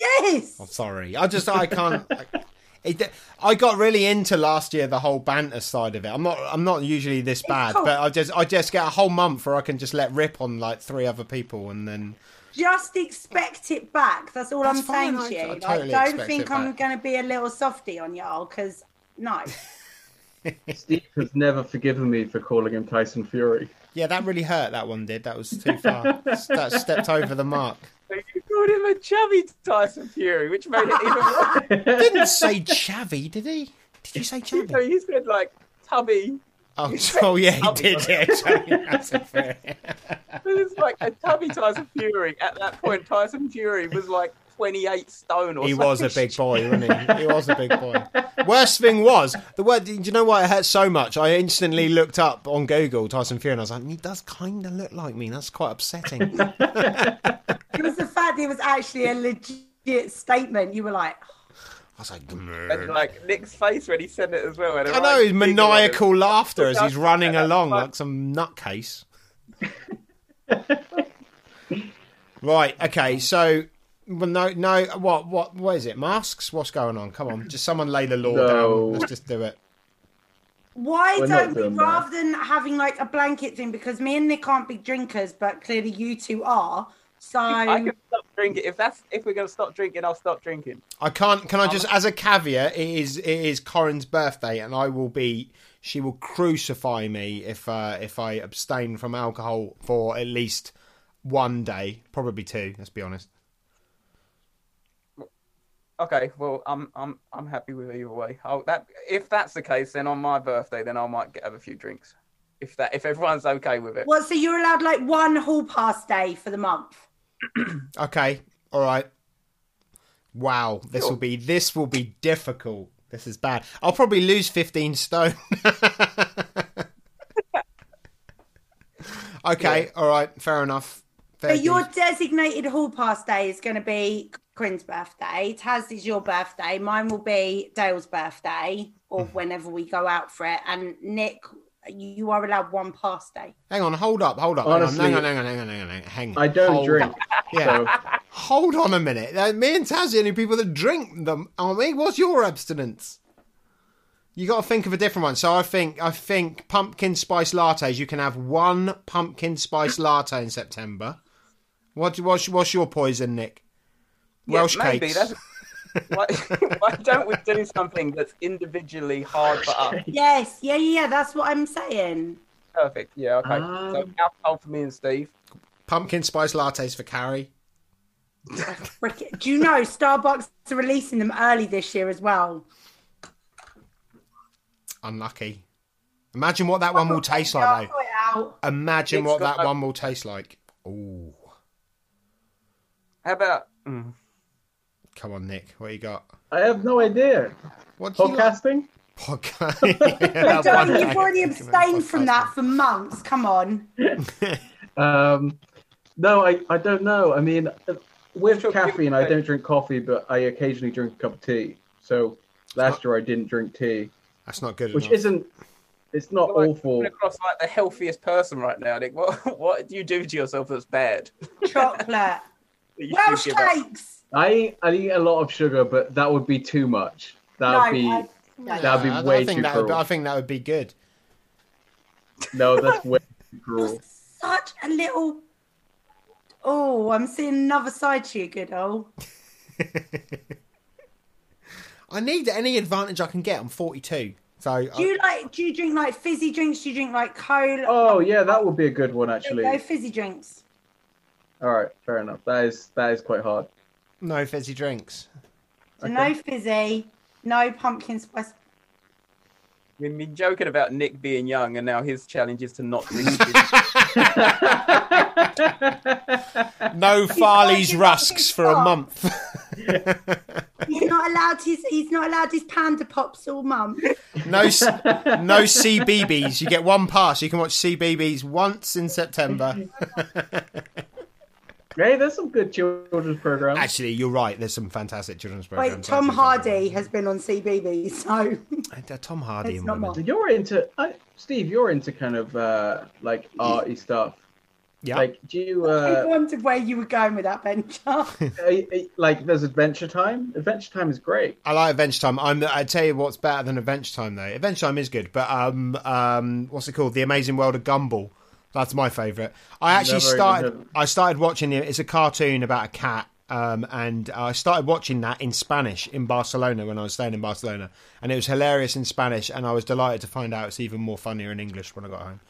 S3: yes.
S4: I'm sorry. I just I can't. I, it, I got really into last year the whole banter side of it. I'm not I'm not usually this bad,
S3: cool.
S4: but I just I just get a whole month where I can just let rip on like three other people, and then
S3: just expect it back. That's all
S4: That's
S3: I'm
S4: fine.
S3: saying to
S4: I- I
S3: you. Like,
S4: totally
S3: don't
S4: expect
S3: think
S4: it
S3: I'm
S4: back.
S3: going to be a little softy on y'all because no.
S2: Steve has never forgiven me for calling him Tyson Fury.
S4: yeah, that really hurt. That one did. That was too far. that stepped over the mark.
S5: So you called him a chubby Tyson Fury, which made it even worse.
S4: Didn't say chavvy, did he? Did you say
S5: So
S4: chavvy?
S5: you said like tubby,
S4: Oh, oh yeah, he did. Yeah, sorry, that's unfair.
S5: It was like a tubby Tyson Fury. At that point, Tyson Fury was like 28 stone or
S4: He
S5: something.
S4: was a big boy, wasn't he? He was a big boy. Worst thing was the word. Do you know why it hurt so much? I instantly looked up on Google Tyson Fury, and I was like, he does kind of look like me. That's quite upsetting.
S3: it was the fact that it was actually a legit statement. You were like,
S4: I was like,
S5: And
S4: "Grr."
S5: like Nick's face when he said it as well. and
S4: I
S5: like,
S4: know his
S5: big
S4: maniacal laughter as he's
S5: That's-
S4: running
S5: that's
S4: along
S5: fun.
S4: like some nutcase. right. Okay. So. Well, no, no. What, what, what is it? Masks? What's going on? Come on, just someone lay the law
S2: No.
S4: down. Let's just do it.
S3: why
S2: We're not
S3: don't we,
S2: doing that.
S3: rather than having like a blanket thing, because me and Nick aren't big drinkers, but clearly you two are. So
S5: I can stop drinking. If that's if we're gonna stop drinking, I'll stop drinking.
S4: I can't. Can I just, as a caveat, it is it is Corin's birthday, and I will be. She will crucify me if uh, if I abstain from alcohol for at least one day, probably two. Let's be honest.
S5: Okay, well, I'm I'm I'm happy with either way. I'll, that if that's the case, then on my birthday, then I might get, have a few drinks. if that if everyone's okay with it.
S3: Well, so you're allowed like one hall pass day for the month.
S4: Okay. All right. Wow. This
S5: Sure.
S4: will be this will be difficult. This is bad. I'll probably lose 15 stone. okay. All right. Fair enough. Fair
S3: But your
S4: dues.
S3: designated hall pass day is going to be Corinne's birthday. Taz is your birthday. Mine will be Dale's birthday or whenever we go out for it. And Nick, you are allowed one pass day.
S4: Hang on. Hold up. Hold up. hang on,
S2: Honestly,
S4: hang on. Hang on. Hang on. Hang on. Hang on. Hang on.
S2: I don't
S4: Hold-
S2: drink.
S4: Yeah.
S2: So
S4: Hold on a minute. Uh, Me and Taz are the only people that drink them, aren't we? What's your abstinence? You got to think of a different one. So I think I think pumpkin spice lattes. You can have one pumpkin spice latte in September. What what's, what's your poison, Nick?
S5: Yeah,
S4: Welsh
S5: maybe
S4: cakes.
S5: that's why, why don't we do something that's individually hard for us?
S3: Yes. Yeah, yeah, yeah. That's what I'm saying.
S5: Perfect. Yeah. Okay. so
S2: Um,
S5: alcohol for me and Steve.
S4: Pumpkin spice lattes for Carrie.
S3: Frick it. Do you know Starbucks are releasing them early this year as well?
S4: Unlucky. Imagine what that one will taste
S3: I'll
S4: like,
S3: sort it out.
S4: though. Imagine
S5: Nick's
S4: what
S5: got
S4: that
S5: a-
S4: one will taste like. Ooh,
S5: How about? Mm.
S4: come on, Nick. What you got?
S2: I have no idea.
S4: What do you like?
S2: Podcasting?
S4: Podcast.
S3: But John, you've already abstained from that for months. Come on.
S2: Um, no, I, I don't know. I mean, with
S5: What's your
S2: caffeine,
S5: favorite
S2: I don't drink coffee, but I occasionally drink a cup of tea. So last year I didn't drink tea,
S4: That's not good.
S2: which
S4: enough.
S2: isn't. It's not
S5: Like,
S2: awful.
S5: coming across like the healthiest person right now. Nick, what what do you do to yourself that's bad?
S3: Chocolate.
S5: that you
S3: Welsh
S5: should give up?
S3: cakes.
S2: I eat, I eat a lot of sugar, but that would be too much. That would
S3: No,
S2: be
S3: I- no.
S2: That'd be
S4: I- I
S2: way
S4: think
S2: too
S4: that would, be-
S2: cruel.
S4: I think that would be good.
S2: no, that's way too
S3: You're
S2: cruel.
S3: such a little. Oh, I'm seeing another side to you, good old.
S4: I need any advantage I can get. I'm 42, so I,
S3: Do you like? Do you drink like fizzy drinks? Do you drink like cola?
S2: Oh yeah, that would be a good one
S3: There you
S2: actually.
S3: go, fizzy drinks.
S2: All right, fair enough. That is that is quite hard.
S4: no fizzy drinks.
S3: So no fizzy, no pumpkin spice.
S5: We've been joking about Nick being young, and now his challenge is to not drink.
S4: No Farley's
S3: give
S4: rusks
S3: it a
S4: for a
S3: shot.
S4: month.
S3: He's not allowed his. He's not allowed his panda pops all month.
S4: no, s- no CBBS. You get one pass. You can watch CBBS once in September.
S2: Hey, there's some good children's programs.
S4: Actually, you're right. There's some fantastic children's programs.
S3: Wait,
S4: out
S3: Tom
S4: there.
S3: Hardy has been on CBB, so
S4: Uh, Tom Hardy
S3: It's
S4: and
S3: not
S4: women.
S3: mine.
S2: You're into I, Steve. You're into kind of uh, like arty stuff.
S4: Yeah.
S2: Like, do you
S3: I
S2: uh,
S3: wondered where you were going with that venture.
S2: I- I- eh, like? There's Adventure Time. Adventure Time is great.
S4: I like Adventure Time. I'm, I tell you what's better than Adventure Time though. Adventure Time is good, but um, um, what's it called? The Amazing World of Gumball. That's my favourite. I actually
S2: Never even heard
S4: started.
S2: of it.
S4: I started watching it. It's a cartoon about a cat, um, and I started watching that in Spanish in Barcelona when I was staying in Barcelona, and it was hilarious in Spanish. And I was delighted to find out it's even more funnier in English when I got home.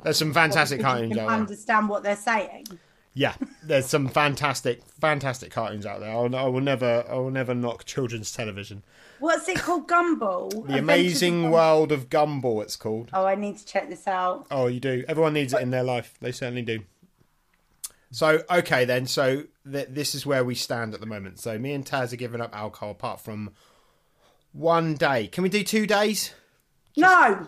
S4: There's some fantastic
S3: you
S4: cartoons
S3: can
S4: out there.
S3: understand what they're saying.
S4: Yeah, there's some fantastic, fantastic cartoons out there. I'll, I will never, I will never knock children's television.
S3: What's it called? Gumball.
S4: The Amazing World of Gumball, it's called.
S3: Oh, I need to check this out.
S4: Oh, you do. Everyone needs it in their life. They certainly do. So, okay then. So, th- this is where we stand at the moment. So, me and Taz are giving up alcohol apart from one day. Can we do two days?
S3: No,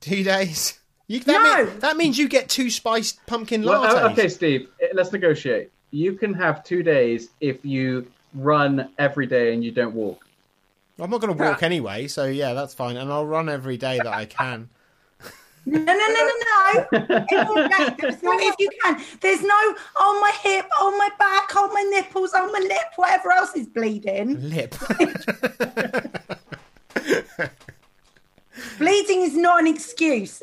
S4: Two days? You, that,
S3: No!
S4: mean- that means you get two spiced pumpkin lattes.
S2: Well, uh, okay, Steve. eh, Let's negotiate. You can have two days if you run every day and you don't walk.
S4: I'm not going to walk anyway. So, yeah, that's fine. And I'll run every day that I can.
S3: no, no, no, no, no. Every day, There's no if you can. There's no oh my hip, oh my back, oh my nipples, oh my lip, whatever else is bleeding.
S4: Lip.
S3: Bleeding is not an excuse,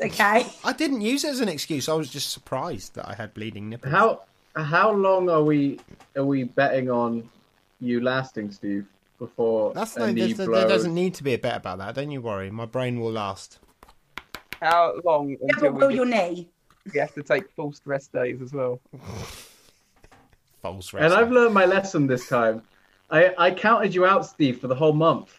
S3: okay?
S4: I didn't use it as an excuse. I was just surprised that I had bleeding nipples.
S2: How how long are we are we betting on you lasting, Steve? Before
S4: That's
S2: a
S4: no,
S2: knee
S4: there's, there
S2: blows?
S4: doesn't need to be a bet about that. Don't you worry. My brain will last.
S5: How long
S3: Never
S5: until
S3: will
S5: we,
S3: your knee.
S5: we have to take false rest days as well?
S4: False
S2: And
S4: rest.
S2: I've learned my lesson this time. I I counted you out, Steve, for the whole month,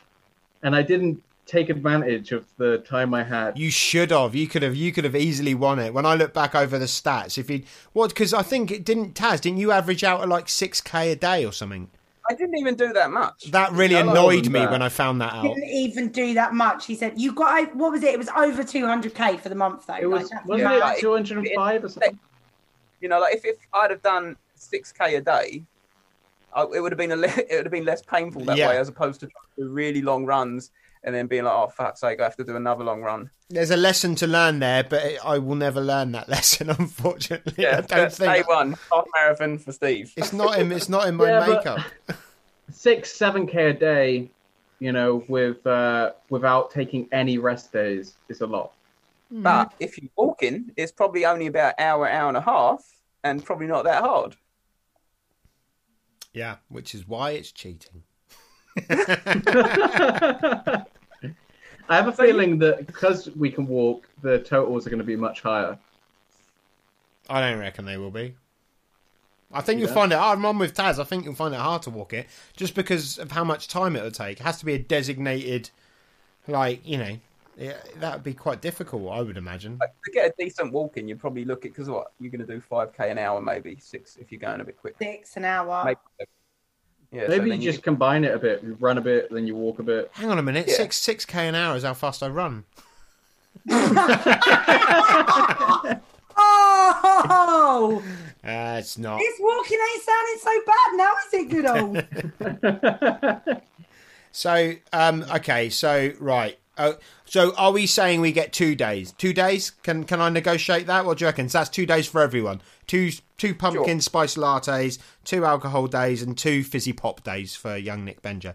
S2: and I didn't take advantage of the time I had.
S4: You should have. You could have. You could have easily won it. When I look back over the stats, if he what because I think it didn't Taz didn't you average out at like six k a day or something?
S5: I didn't even do that much.
S4: That really
S2: I love
S4: annoyed me
S2: that.
S4: when I found that
S2: Oh.
S4: out.
S3: Didn't even do that much. He said, "You got o- what was it? It was over 200k for the month, though.
S2: It was
S3: Like,
S2: wasn't
S5: yeah,
S2: it
S5: like-
S2: two hundred and five or something?
S5: You know, like if, if I'd have done six k a day, I, it would have been a le- it would have been less painful that
S4: Yeah.
S5: way as opposed to trying to do really long runs and then being like, oh fuck's sake, I have to do another long run.
S4: There's a lesson to learn there, but it, I will never learn that lesson. Unfortunately, I don't
S5: but day
S4: think
S5: one half marathon for Steve.
S4: it's not in it's not in my
S2: Yeah, but-
S4: makeup.
S2: Six seven k a day, you know, with uh, without taking any rest days is a lot.
S5: But if you're walking, it's probably only about hour, hour and a half, and probably not that hard.
S4: Yeah, which is why it's cheating.
S2: I have a feeling that because we can walk, the totals are going to be much higher.
S4: I don't reckon they will be. I think
S2: You
S4: you'll
S2: don't?
S4: find it. I'm on with Taz. I think you'll find it hard to walk it just because of how much time it would take. It has to be a designated, like you know, yeah, that would be quite difficult. I would imagine.
S5: Like, to get a decent walk in, you probably look at because what you're going to do five k an hour, maybe six if you're going a bit quick.
S3: six an hour.
S5: Maybe. Yeah, so
S2: Maybe
S5: then
S2: you just combine it a bit. You run a bit, then you walk a bit.
S4: Hang on a minute.
S5: Yeah.
S4: Six six k an hour is how fast I run.
S3: Oh,
S4: Uh, it's not.
S3: this walking ain't sounding so bad now, is it? Good old.
S4: So um, okay. So right. Uh, so are we saying we get two days? Two days? Can can I negotiate that? What do you reckon? So that's two days for everyone. Two two pumpkin spice lattes, two alcohol days, and two fizzy pop days for young Nick Benja.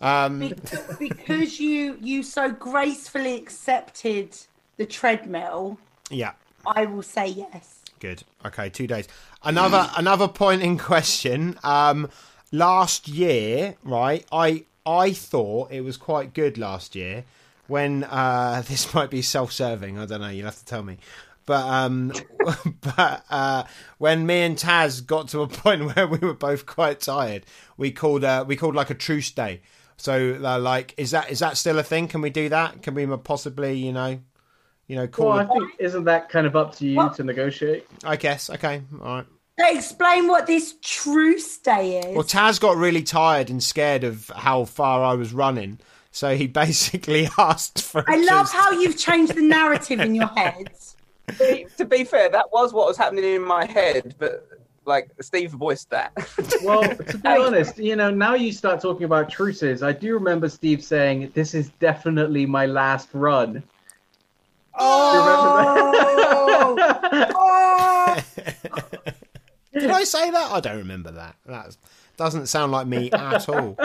S4: Um,
S3: Be- because you you so gracefully accepted the treadmill,
S4: yeah.
S3: I will say yes.
S4: Good. Okay, two days. Another another point in question. Um, last year, right? I I thought it was quite good last year. When uh, this might be self-serving, I don't know. You'll have to tell me. But um, but uh, when me and Taz got to a point where we were both quite tired, we called uh, we called like a truce day. So uh, like, is that is that still a thing? Can we do that? Can we possibly, you know, you know, call?
S2: Well, I
S4: a-
S2: think isn't that kind of up to you
S3: What?
S2: to negotiate?
S4: I guess. Okay. All right.
S3: So explain what this truce day is.
S4: Well, Taz got really tired and scared of how far I was running, so he basically asked for.
S3: I
S4: a
S3: love
S4: truce.
S3: how you've changed the narrative in your head.
S5: to be fair, that was what was happening in my head, but like Steve voiced that.
S2: Well, to be honest, you know, now you start talking about truces. I do remember Steve saying, "This is definitely my last run."
S3: Oh,
S2: Uh,
S3: oh.
S4: Did I say that? I don't remember that. That doesn't sound like me at all.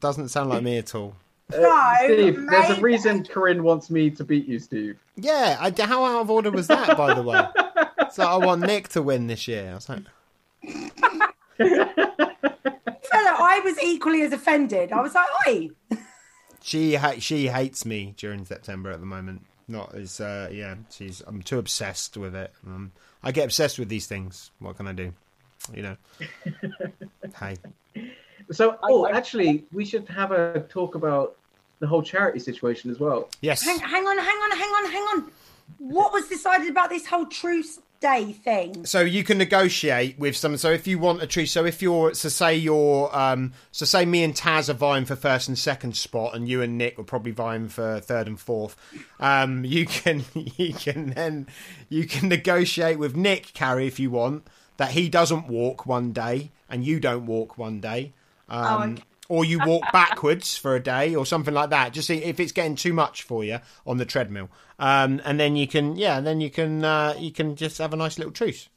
S4: doesn't sound like me at all.
S3: no,
S2: Steve, there's a
S3: maybe-
S2: reason Corinne wants me to beat you, Steve.
S4: Yeah, I, how out of order was that, by the way? It's like I want Nick to win this year. I was like,
S3: Fella, I was equally as offended. I was like, oi,
S4: she ha- she hates me during September at the moment. Not as uh, yeah, she's I'm too obsessed with it. Um, I get obsessed with these things. What can I do? You know. hey,
S2: So, oh, actually, we should have a talk about the whole charity situation as well.
S4: yes.
S3: hang, hang on, hang on, hang on, hang on. What was decided about this whole truce day thing?
S4: So you can negotiate with someone. So if you want a truce, so if you're, so say you're, um, so say me and Taz are vying for first and second spot, and you and Nick are probably vying for third and fourth. Um, you can, you can then, you can negotiate with Nick Carrie if you want that he doesn't walk one day and you don't walk one day. Um,
S3: okay.
S4: Or you walk backwards for a day or something like that. Just see if it's getting too much for you on the treadmill, um, and then you can, yeah, then you can, uh, you can just have a nice little truce.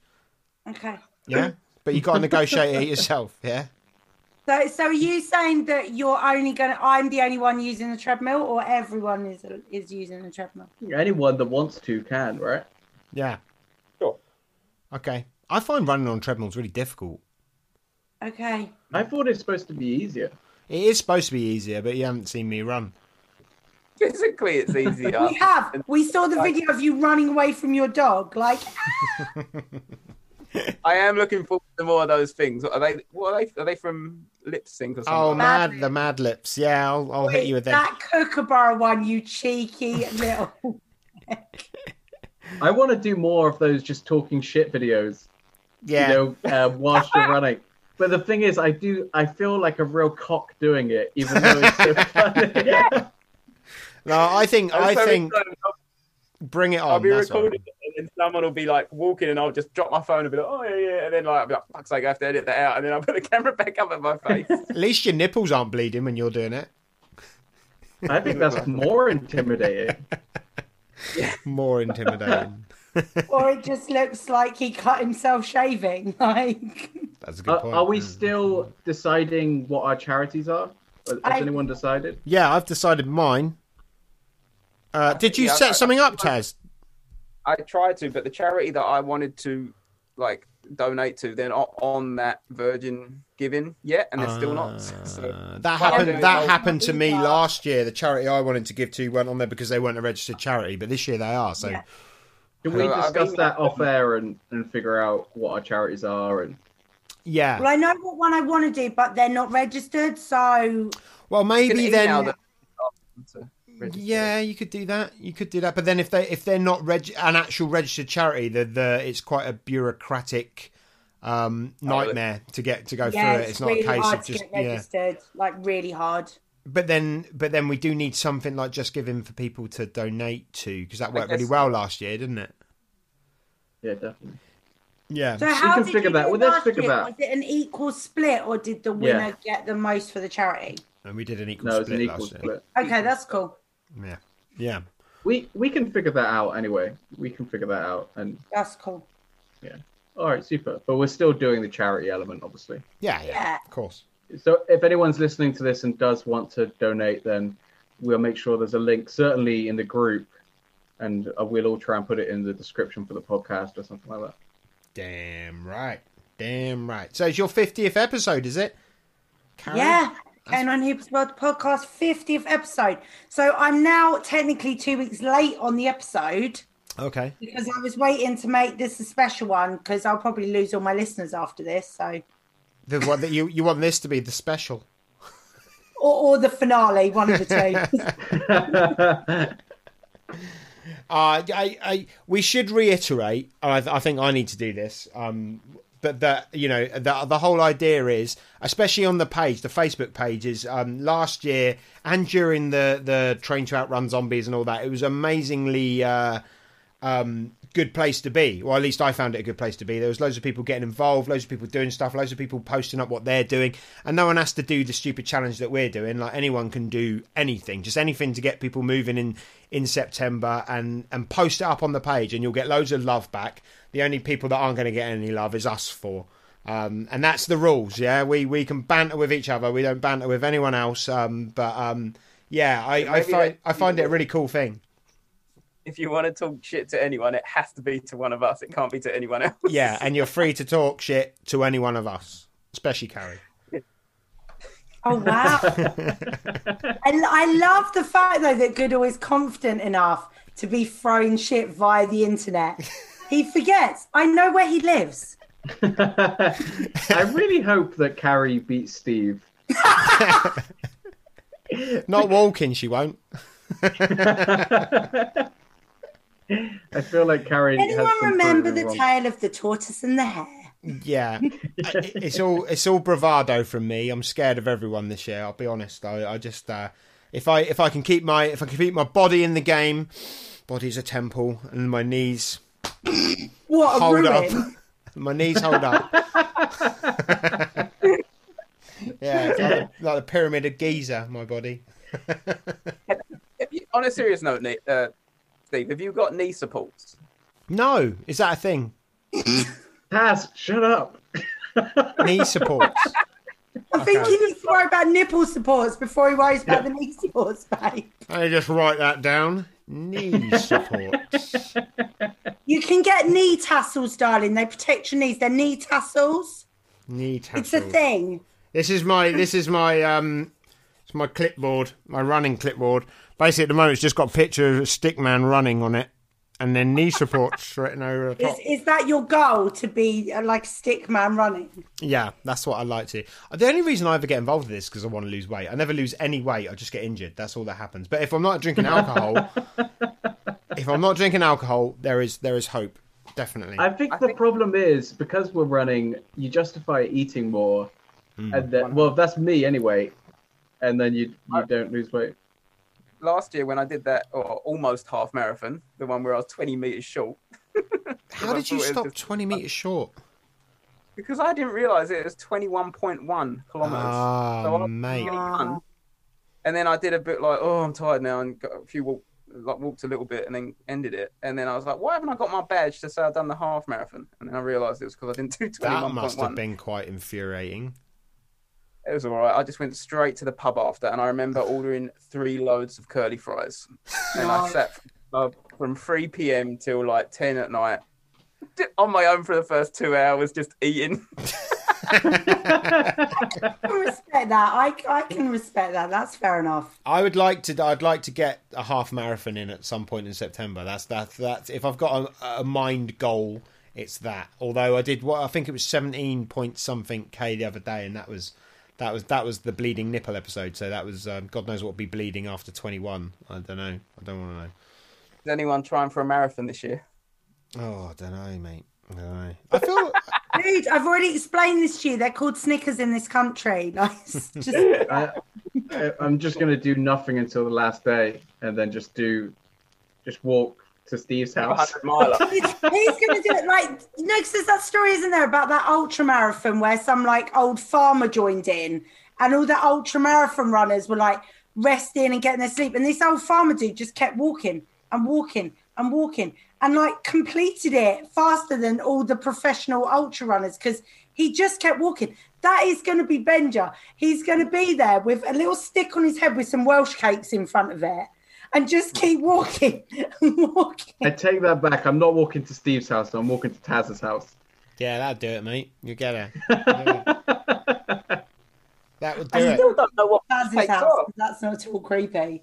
S3: Okay.
S4: Yeah. But you got to negotiate it yourself. Yeah.
S3: So, so are you saying that you're only going to, I'm the only one using the treadmill or everyone is is using the treadmill?
S2: Anyone that wants to can, right?
S4: Yeah.
S5: Sure.
S4: Okay. I find running on treadmills really difficult.
S3: Okay.
S2: I thought it's supposed to be easier.
S4: It is supposed to be easier, but you haven't seen me run.
S5: Physically, it's easier.
S4: Um,
S3: We have. We saw the video of you running away from your dog. Like,
S5: I am looking forward to more of those things. Are they? What are they? Are they from Lip Sync or
S4: Oh,
S5: something?
S4: mad,
S3: Mad
S4: the Mad Lips. Yeah, I'll, I'll hit you with that.
S3: That Kookaburra one, you cheeky little.
S2: I want to do more of those just talking shit videos.
S4: Yeah,
S2: you know, uh, whilst you're running. But the thing is, I do. I feel like a real cock doing it, even though it's so funny.
S4: no, I think
S5: I'm
S4: I
S5: so
S4: think Oh,
S5: excited. I'll,
S4: bring it on.
S5: um, I'll be
S4: that's all.
S5: recording it, and then someone will be like walking, and I'll just drop my phone and be like, "Oh yeah, yeah," and then like I'll be like, "Fuck's sake, I have to edit that out," and then I'll put the camera back up at my face.
S4: At least your nipples aren't bleeding when you're doing it.
S2: I think that's more intimidating.
S4: More intimidating.
S3: or it just looks like he cut himself shaving. Like,
S4: That's a good
S2: Are,
S4: point.
S2: Uh, are we
S4: Mm.
S2: still deciding what our charities are? Has
S3: I-
S2: anyone decided?
S4: Yeah, I've decided mine. Uh, did you
S5: Yeah,
S4: set
S5: I-
S4: something up, Taz?
S5: I tried to, but the charity that I wanted to like donate to, they're not on that Virgin Giving yet, and they're still
S4: Uh,
S5: not. So
S4: that
S5: Well,
S4: happened.
S5: I don't
S4: that
S5: know.
S4: happened to me
S3: Either.
S4: last year. The charity I wanted to give to weren't on there because they weren't a registered charity, but this year they are. So
S3: Yeah.
S2: Can we
S5: Uh, I
S2: discuss
S5: think-
S2: that off air and, and figure out what our charities are? And
S4: yeah.
S3: well, I know what one I want to do, but they're not registered. So
S4: Well,
S5: you can
S4: maybe
S5: email
S4: then.
S5: them to register.
S4: Yeah, you could do that. You could do that. But then if they if they're not reg- an actual registered charity, the the it's quite a bureaucratic um, nightmare to get to go
S3: yeah,
S4: through it.
S3: it's,
S4: It's not
S3: really
S4: a case
S3: hard
S4: of
S3: to
S4: just
S3: get
S4: yeah.
S3: registered. Like really hard.
S4: But then but then we do need something like just giving for people to donate to because that worked really
S5: guess-
S4: well last year, didn't it?
S2: yeah, definitely.
S4: Yeah.
S3: So how
S2: can
S3: did
S2: figure
S3: you
S2: that-
S3: do
S2: well, let's
S3: last
S2: figure
S3: year?
S2: that.
S3: Was it an equal split, or did the winner get the most for the charity?
S4: and we did an equal
S2: No, it's
S4: split
S2: an equal
S4: last
S2: split.
S3: Okay, that's cool.
S4: year. Yeah. Yeah.
S2: We we can figure that out anyway. We can figure that out. And
S3: That's cool.
S2: all right, super. But we're still doing the charity element, obviously.
S4: Yeah, yeah.
S3: Yeah.
S4: Of course.
S2: So if anyone's listening to this and does want to donate, then we'll make sure there's a link, certainly in the group, and uh, we'll all try and put it in the description for the podcast or something like that.
S4: Damn right. Damn right. So it's your 50th episode, is it? Karen?
S3: Yeah. And on Hoops World Podcast 50th episode. So I'm now technically two weeks late on the episode
S4: Okay.
S3: because I was waiting to make this a special one because I'll probably lose all my listeners after this. So,
S4: The one that you you want this to be the special.
S3: or, or the finale, one of the two.
S4: Uh, I, I, we should reiterate. I, I think I need to do this. Um, but that you know, the the whole idea is, especially on the page, the Facebook page is. Um, last year and during the the train to outrun zombies and all that, it was amazingly. Uh, um, good place to be. Well, at least I found it a good place to be. There was loads of people getting involved, loads of people doing stuff, loads of people posting up what they're doing, and no one has to do the stupid challenge that we're doing. Like anyone can do anything, just anything to get people moving in in September, and and post it up on the page, and you'll get loads of love back. The only people that aren't going to get any love is us four. Um, and that's the rules, yeah. We we can banter with each other. We don't banter with anyone else. Um, but um, yeah, I, I
S5: Maybe
S4: find
S5: that-
S4: I find it a really cool thing.
S5: if you want to talk shit to anyone, it has to be to one of us. It can't be to anyone else.
S4: Yeah, and you're free to talk shit to any one of us, especially Carrie.
S3: Oh wow! and I love the fact though that Goodall is confident enough to be throwing shit via the internet. He forgets. I know where he lives.
S2: I really hope that Carrie beats Steve.
S4: Not walking, she won't.
S2: I feel like Carrie. has
S3: Anyone
S2: been
S3: remember
S2: proven
S3: the
S2: wrong.
S3: tale of the tortoise and the hare?
S4: Yeah, I- it's all it's all bravado from me. I'm scared of everyone this year. I'll be honest. I, I just uh, if I if I can keep my if I can keep my body in the game, body's a temple, and my knees
S3: What a
S4: hold
S3: ruin!
S4: up. My knees hold up. yeah, it's like, the- like the pyramid of Giza, my body.
S5: Have you- on a serious note, Nick, uh, Steve, have you got knee supports?
S4: No, is that a thing?
S2: Taz, shut up.
S4: Knee supports.
S3: I think
S4: Okay.
S3: he needs to worry about nipple supports before he worries about the knee supports, babe.
S4: I just write that down. Knee supports.
S3: You can get knee tassels, darling. They protect your knees. They're knee tassels.
S4: Knee
S3: It's a
S4: tassels.
S3: thing.
S4: This is my this is my um it's my clipboard, my running clipboard. Basically at the moment it's just got a picture of a stick man running on it. and then knee supports written over the top.
S3: Is, is that your goal to be uh, like stick man running?
S4: Yeah, that's what I like to. The only reason I ever get involved with this because I want to lose weight. I never lose any weight. I just get injured. That's all that happens. But if I'm not drinking alcohol, if I'm not drinking alcohol, there is there is hope. Definitely.
S2: I think the problem is because we're running, you justify eating more, and then well, that's me anyway, and then you you don't lose weight.
S5: Last year when I did that or almost half marathon, the one where I was 20 meters short,
S4: How did you
S5: It was
S4: stop
S5: just-
S4: 20 meters short?
S5: because I didn't realise it was 21.1 kilometers.
S4: Ah,
S5: So I was
S4: mate.
S5: really done. And then I did a bit like, oh, I'm tired now, and got a few walk, like walked a little bit, and then ended it. And then I was like, why haven't I got my badge to say I've done the half marathon? And then I realised it was because I didn't do 21.1.
S4: That must have been quite infuriating.
S5: It was all right. I just went straight to the pub after, and I remember ordering three loads of curly fries, and I sat from, the pub from 3 p.m. till like 10 at night d- on my own for the first two hours, just eating.
S3: I can respect that. I, I can respect that. That's fair enough.
S4: I would like to. I'd like to get a half marathon in at some point in September. That's that. That's if I've got a, a mind goal, it's that. Although I did what I think it was seventeen point something k the other day, and that was that was that was the bleeding nipple episode. So that was um, God knows what will be bleeding after twenty one. I don't know. I don't want
S5: Is anyone trying for a marathon this year?
S4: to know. Oh, I don't know, mate. I don't know. I feel.
S3: Dude, I've already explained this to you. They're called Snickers in this country. Nice. Just
S2: I, I- I'm just gonna do nothing until the last day, and then just do, just walk to Steve's house.
S5: 100 miler.
S3: He's going to do it like you know, 'cause there's that story, isn't there, about that ultra marathon where some like old farmer joined in, and all the ultra marathon runners were like resting and getting their sleep, and this old farmer dude just kept walking and walking and walking, and like completed it faster than all the professional ultra runners because he just kept walking. That is going to be Benja. He's going to be there with a little stick on his head with some Welsh cakes in front of it. And just keep walking and walking.
S2: I take that back. I'm not walking to Steve's house. I'm walking to Taz's house.
S4: yeah, that'd do it, mate. You get it. That would do
S5: I
S4: it.
S5: still don't know what
S3: Taz's
S5: takes
S3: house,
S5: off.
S3: 'cause That's not at all creepy.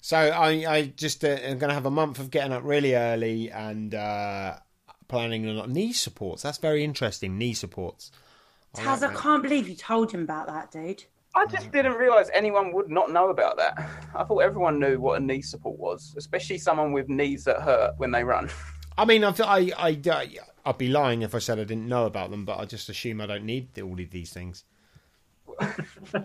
S4: So I, I just uh, am going to have a month of getting up really early and uh, planning on knee supports. That's very interesting. Knee supports.
S3: Taz, I can't believe you told him about that, dude.
S5: I just didn't realize anyone would not know about that. I thought everyone knew what a knee support was, especially someone with knees that hurt when they run.
S4: I mean, I've, I, I, I, would be lying if I said I didn't know about them, but I just assume I don't need the- all of these things. So,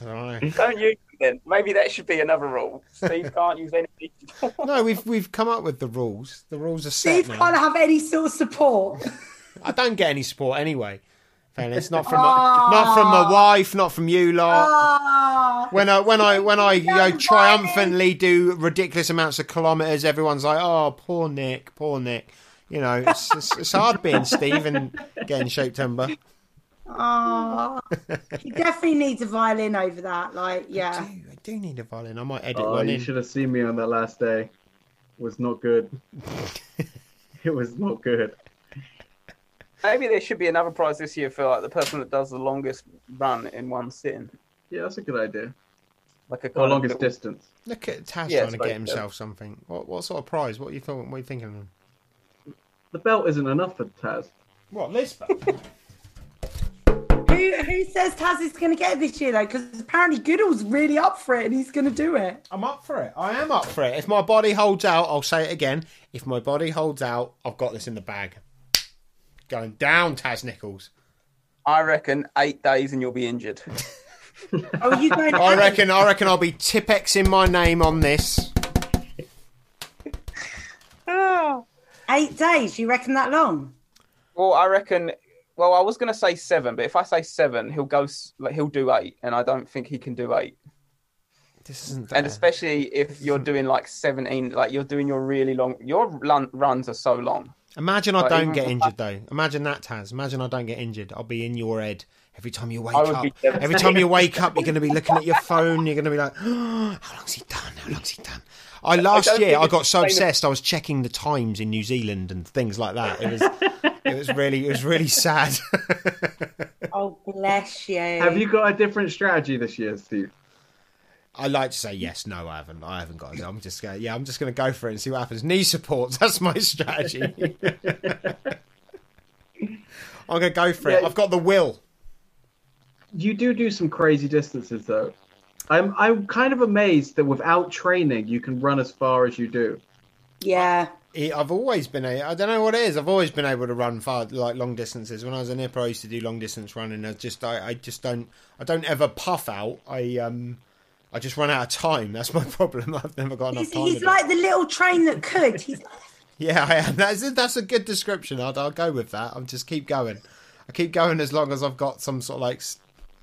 S5: Don't use them then. Maybe that should be another rule. Steve can't use any knee support.
S4: no, we've we've come up with the rules. The rules are set
S3: Steve
S4: now.
S3: can't have any sort of support.
S4: I don't get any support anyway. Fairness, not from my, not from my wife, not from you lot.
S3: Ah,
S4: when I when I when I you know,
S3: Young
S4: triumphantly do ridiculous amounts of kilometers, everyone's like, "Oh, poor Nick, poor Nick." You know, it's, it's, it's hard being Steve and getting shape timber.
S3: ah. he definitely needs a violin over that. Like,
S4: I
S3: yeah.
S4: do, I do need a violin. I might edit
S2: Oh,
S4: one
S2: you
S4: in.
S2: should have seen me on that last day. Was not good. it was not good.
S5: Maybe there should be another prize this year for like the person that does the longest run in one sitting,
S2: Yeah, that's a good idea.
S5: like a
S2: Or
S5: kind
S2: longest
S5: of little-
S2: distance.
S4: Look at Taz trying
S5: Yeah,
S4: to
S5: it's like
S4: get himself something. What what sort of prize? What are you thought? What are you thinking? Of?
S2: The belt isn't enough for Taz.
S4: What this?
S3: Who who says Taz is going to get it this year though? Because apparently Goodall's really up for it and he's going to do it.
S4: I'm up for it. I am up for it. If my body holds out, I'll say it again. If my body holds out, I've got this in the bag. Going down, Taz Nichols.
S5: I reckon eight days and you'll be injured.
S3: Oh, you don't.
S4: I reckon. I reckon I'll be tipexing my name on this.
S3: Oh. eight days. You reckon that long?
S5: Well, I reckon. Well, I was going to say seven, but if I say seven, he'll go. s- Like, he'll do eight, and I don't think he can do eight.
S4: This isn't.
S5: And especially if you're doing like seventeen, like you're doing your really long. Your run, runs are so long.
S4: Imagine I
S5: Like,
S4: don't
S5: even
S4: get
S5: if I-
S4: injured though. Imagine that, Taz. Imagine I don't get injured. I'll be in your head every time you wake
S5: I would
S4: up.
S5: be
S4: Every time you wake up, you're going to be looking at your phone. You're going to be like, "How long's he done? How long's he done?" I last
S5: don't
S4: year
S5: think
S4: I
S5: it's
S4: got so
S5: sustainable.
S4: obsessed. I was checking the times in New Zealand and things like that. It was. it was really. It was really sad.
S3: Oh, bless you.
S2: Have you got a different strategy this year, Steve?
S4: I like to say yes, no, I haven't. I haven't got it. I'm just going. Yeah, I'm just going to go for it and see what happens. Knee supports. That's my strategy. I'm going to go for it.
S2: Yeah.
S4: I've got the will.
S2: You do do some crazy distances though. I'm I'm kind of amazed that without training you can run as far as you do.
S3: Yeah.
S4: It- I've always been. A, I don't know what it is. I've always been able to run far, like long distances. When I was an hippo, I used to do long distance running. I just, I, I just don't. I don't ever puff out. I um, I just run out of time. That's my problem. I've never got enough
S3: He's,
S4: time.
S3: he's
S4: with it.
S3: like the little train that could. He's
S4: Yeah, I am. That's that's a good description. I'll, I'll go with that. I'll just keep going. I keep going as long as I've got some sort of like s-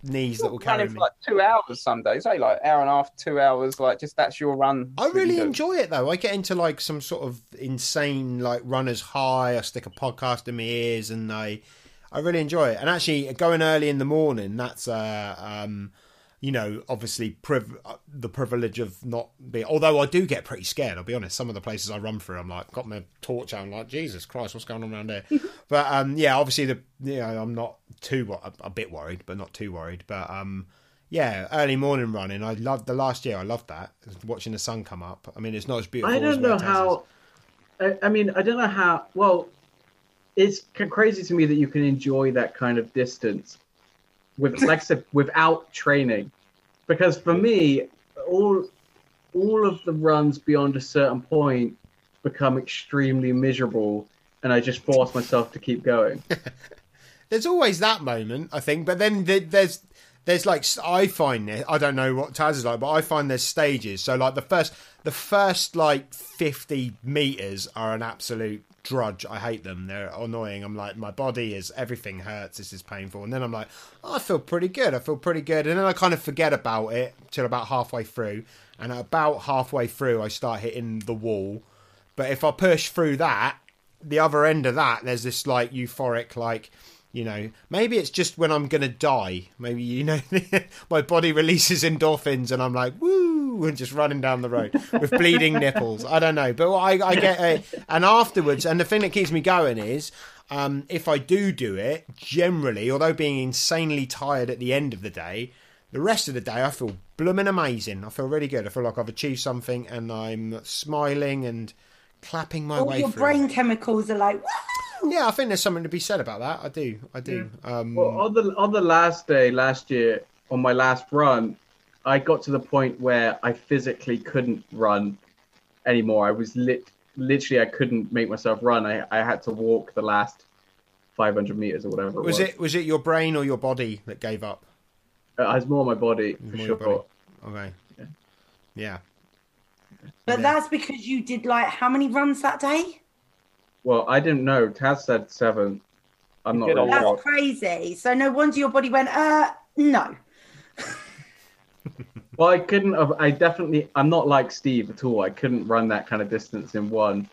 S4: knees that will carry me.
S5: running for like two hours some days, eh? Like hour and a half, two hours. Like just that's your run.
S4: I
S5: that you
S4: really
S5: do.
S4: enjoy it though. I get into like some sort of insane like runners high. I stick a podcast in my ears, and I I really enjoy it. And actually, going early in the morning, that's uh um you know obviously priv- uh, the privilege of not being. Although I do get pretty scared. I'll be honest. Some of the places I run through, I'm like got my torch out. I'm like Jesus Christ, what's going on around there? but um yeah, obviously the you know I'm not too wo- a- a bit worried, but not too worried. But um. Yeah, early morning running. I loved the last year. I loved that watching the sun come up. I mean, it's not as beautiful.
S2: I
S4: as
S2: don't know
S4: Mount Taz is.
S2: how. I, I mean, I don't know how. Well, it's c- crazy to me that you can enjoy that kind of distance with, like I said, without training, because for me, all all of the runs beyond a certain point become extremely miserable, and I just force myself to keep going.
S4: There's always that moment, I think. But then th- there's there's like s- I find it. I don't know what Taz is like, but I find there's stages. So like the first the first like 50 meters are an absolute drudge. I hate them. They're annoying. I'm like my body is everything hurts. This is painful. And then I'm like "Oh, I feel pretty good. I feel pretty good. And then I kind of forget about it till about halfway through. And about halfway through, I start hitting the wall. But if I push through that, the other end of that, there's this like euphoric, like, you know, maybe it's just when I'm gonna die. Maybe you know, my body releases endorphins, and I'm like, woo, and just running down the road with bleeding nipples. I don't know, but I, I get it. And afterwards, and the thing that keeps me going is. Um, if I do do it, generally, although being insanely tired at the end of the day, the rest of the day I feel blooming amazing. I feel really good. I feel like I've achieved something, and I'm smiling and clapping my
S3: all
S4: way
S3: Oh, your
S4: through.
S3: brain chemicals are like.
S4: Yeah, I think there's something to be said about that. I do, I do. Um,
S2: Well, on the on the last day last year, on my last run, I got to the point where I physically couldn't run anymore. I was lit literally I couldn't make myself run. I, I had to walk the last 500 meters or whatever.
S4: was it was it your brain or your body that gave up?
S2: Uh, I was more my body for
S4: More
S2: sure.
S4: your body. Okay. Yeah.
S3: But that's because you did like how many runs that day?
S2: Well, I didn't know. Taz said seven. I'm not
S5: Good
S2: really
S5: old-
S3: That's
S2: sure.
S5: Wow.
S3: crazy. So no wonder your body went. Uh, no.
S2: Well, I couldn't have. I definitely. I'm not like Steve at all. I couldn't run that kind of distance in one.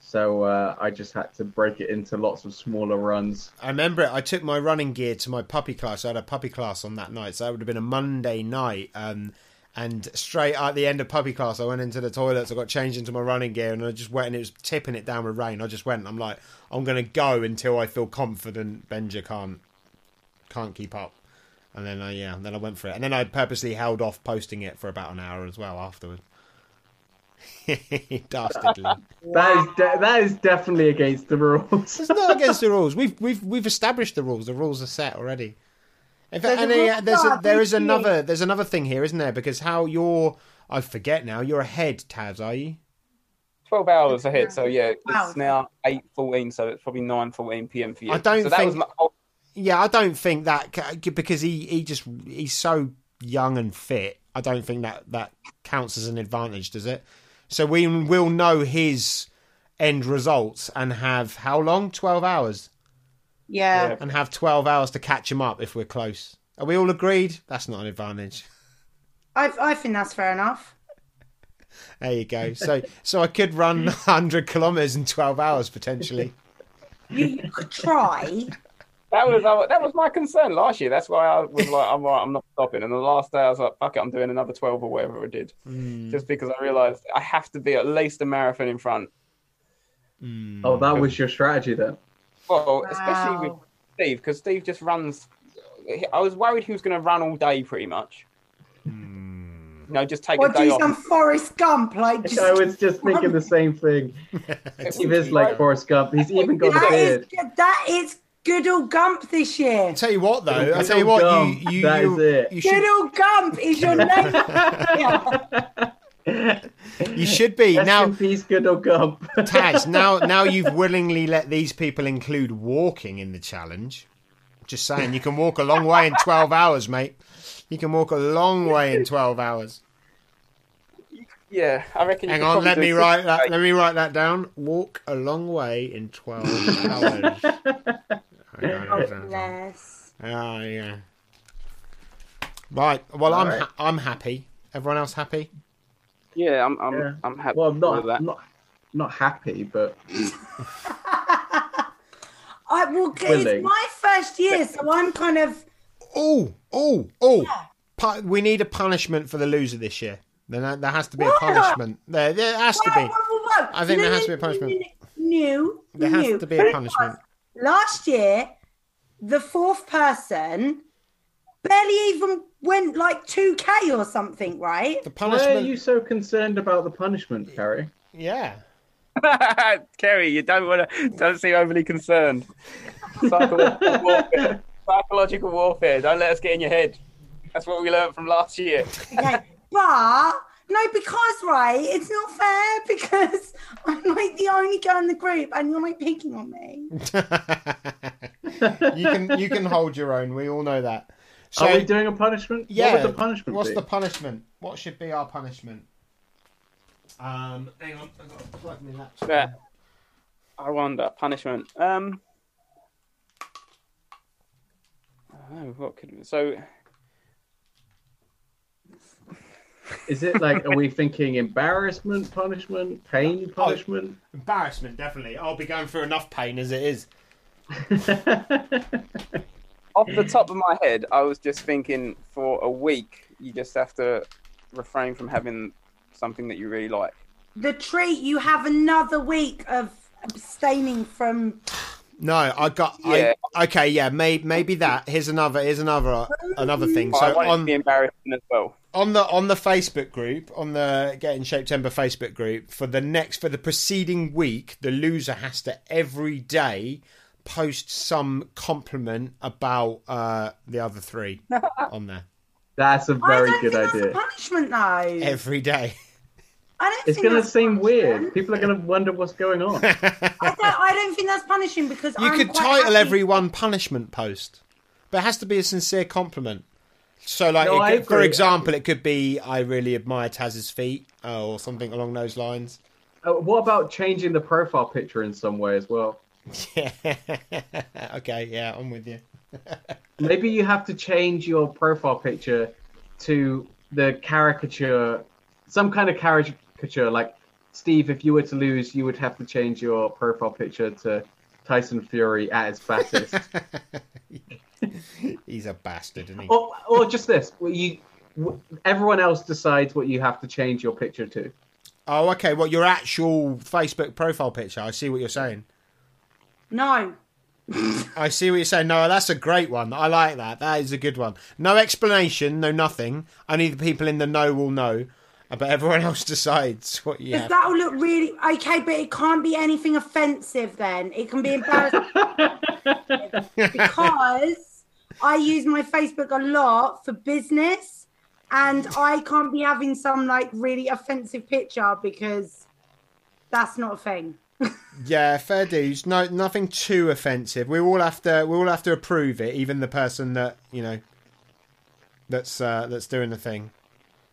S2: So uh, I just had to break it into lots of smaller runs.
S4: I remember it. I took my running gear to my puppy class. I had a puppy class on that night, so that would have been a Monday night. Um, and straight at the end of puppy class, I went into the toilets. I got changed into my running gear, and I just went, and it was tipping it down with rain. I just went. and I'm like, I'm gonna go until I feel confident. Benja can't can't keep up. And then I yeah, then I went for it, and then I purposely held off posting it for about an hour as well afterward. Dastardly.
S2: That is de- that is definitely against the rules.
S4: It's not against the rules. We've we've we've established the rules. The rules are set already. In fact,
S3: the
S4: and, uh,
S3: rules
S4: there's a,
S3: are,
S4: there is
S3: thank you.
S4: another there's another thing here, isn't there? Because how you're I forget now. You're ahead, Taz, are you?
S5: Twelve hours ahead, so yeah,
S3: Wow.
S5: it's now eight fourteen, so it's probably nine fourteen PM for you.
S4: I don't
S5: so that
S4: think-
S5: was my whole
S4: Yeah, I don't think that ca- because he he just he's so young and fit. I don't think that that counts as an advantage, does it? So we will know his end results and have how long? Twelve hours.
S3: Yeah.
S5: Yeah.
S4: and have 12 hours to catch him up if we're close. Are we all agreed? That's not an advantage.
S3: I I think that's fair enough.
S4: There you go. So, so I could run 100 kilometers in 12 hours potentially.
S3: You, you could try.
S5: That was uh, that was my concern last year. That's why I was like, I'm right, I'm not stopping. And the last day, I was like, fuck it, I'm doing another 12 or whatever I did,
S4: Hmm.
S5: just because I realised I have to be at least a marathon in front.
S4: Mm.
S2: Oh, that was your strategy then.
S5: Well, especially with
S3: Wow.
S5: Steve, because Steve
S4: Mm.
S5: just runs. I was worried he was going to run all day, pretty much. You know, just take
S3: Or
S5: a day
S3: do
S5: off.
S3: some Forrest Gump, like just.
S2: I was just thinking the same thing. Steve is like Forrest Gump. He's even got a
S3: That
S2: beard.
S3: is, that is good old Gump this year.
S4: I tell you what, though. I
S2: Little
S4: tell you what,
S2: dumb.
S4: you you
S2: That is
S4: you,
S2: it.
S4: you
S3: Good
S4: should
S3: old Gump is your name. Yeah.
S4: you should be
S2: Rest
S4: now.
S2: in peace, good old Gump.
S4: Taz, now now you've willingly let these people include walking in the challenge. Just saying, you can walk a long way in twelve hours, mate. You can walk a long way in twelve hours.
S5: Yeah, I reckon. you
S4: Hang
S5: could
S4: on,
S5: probably
S4: let
S5: do
S4: me
S5: six-
S4: write that.
S5: eight.
S4: Let me write that down. Walk a long way in twelve hours. Hang on, hang on, hang on.
S3: Bless.
S4: Ah, yeah. Right. Well, I'm ha- I'm happy. Everyone else happy?
S5: Yeah, I'm. I'm.
S2: Yeah.
S5: I'm happy
S2: Well, I'm
S5: with
S2: not,
S5: that.
S2: not, not happy, but
S3: I well,
S2: Willing.
S3: it's my first year, so I'm kind of
S4: Oh, oh, oh! Pu- we need a punishment for the loser this year. There, there has to be a
S3: Why?
S4: punishment. There, there has to
S3: Whoa,
S4: be.
S3: whoa, whoa, whoa.
S4: I think
S3: No,
S4: there
S3: no,
S4: has to be a
S3: no, no,
S4: punishment.
S3: No, no,
S4: There has
S3: no.
S4: to be
S3: But
S4: a
S3: it
S4: punishment.
S3: was. Last year, the fourth person barely even went like 2K or something, right?
S4: The
S2: why are
S4: punishment.
S2: you so concerned about the punishment, Carrie?
S4: Yeah.
S5: Kerry, you don't want to. Don't seem overly concerned. Psychological warfare. Psychological warfare. Don't let us get in your head. That's what we learned from last year.
S3: Okay, but no, because right, it's not fair because I'm like the only girl in the group, and you're like picking on me.
S4: you can you can hold your own. We all know that. So
S2: Are we doing a punishment?
S4: yeah.
S2: What would the punishment
S4: What's
S2: be?
S4: the punishment? What should be our punishment? Um, hang on, I've got to plug my laptop.
S5: Yeah. I wonder punishment. Um. Oh, what could so?
S2: Is it like, are we thinking embarrassment punishment, pain
S4: Oh,
S2: punishment?
S4: Embarrassment, definitely. I'll be going through enough pain as it is. oh.
S5: Off the top of my head, I was just thinking for a week, you just have to refrain from having something that you really like.
S3: The treat you have another week of abstaining from.
S4: No, I got.
S5: Yeah.
S4: I, okay, yeah, may, maybe that. Here's another. Here's another. uh, Another thing.
S5: But I
S4: So
S5: want it to
S4: on
S5: be embarrassing as well.
S4: on the on the Facebook group, on the Get in Shape Timber Facebook group, for the next for the preceding week, the loser has to every day post some compliment about uh, the other three on there
S2: That's a very
S3: I don't
S2: good
S3: think
S2: idea.
S3: that's a punishment though.
S4: every day.
S3: I don't
S2: It's
S3: think
S2: going to
S3: that's a
S2: seem
S3: punishment.
S2: weird. People are going to wonder what's going on.
S3: I don't, I don't think that's punishing because
S4: You
S3: I'm
S4: could
S3: quite
S4: title
S3: happy-
S4: every one punishment post, but it has to be a sincere compliment. So, like,
S2: No,
S4: it
S2: I
S4: could- for
S2: agree.
S4: example, it could be "I really admire Taz's feet" uh, or something along those lines.
S2: Uh, what about changing the profile picture in some way as well?
S4: Yeah. okay. Yeah, I'm with you.
S2: Maybe you have to change your profile picture to the caricature, some kind of caricature. Like, Steve, if you were to lose, you would have to change your profile picture to Tyson Fury at his fattest.
S4: He's a bastard, isn't he?
S2: or, or just this. well, You, w- everyone else decides what you have to change your picture to.
S4: Oh, okay. Well, your actual Facebook profile picture. I see what you're saying.
S3: No,
S4: I see what you're saying. No, that's a great one. I like that. That is a good one. No explanation. No nothing. Only the people in the know will know, uh, but everyone else decides what you
S3: because
S4: have.
S3: that'll look really okay, but it can't be anything offensive. Then it can be embarrassing. because I use my Facebook a lot for business, and I can't be having some like really offensive picture because that's not a thing.
S4: Yeah, fair dues. No, nothing too offensive. We all have to. We all have to approve it. Even the person that you know, that's uh, that's doing the thing.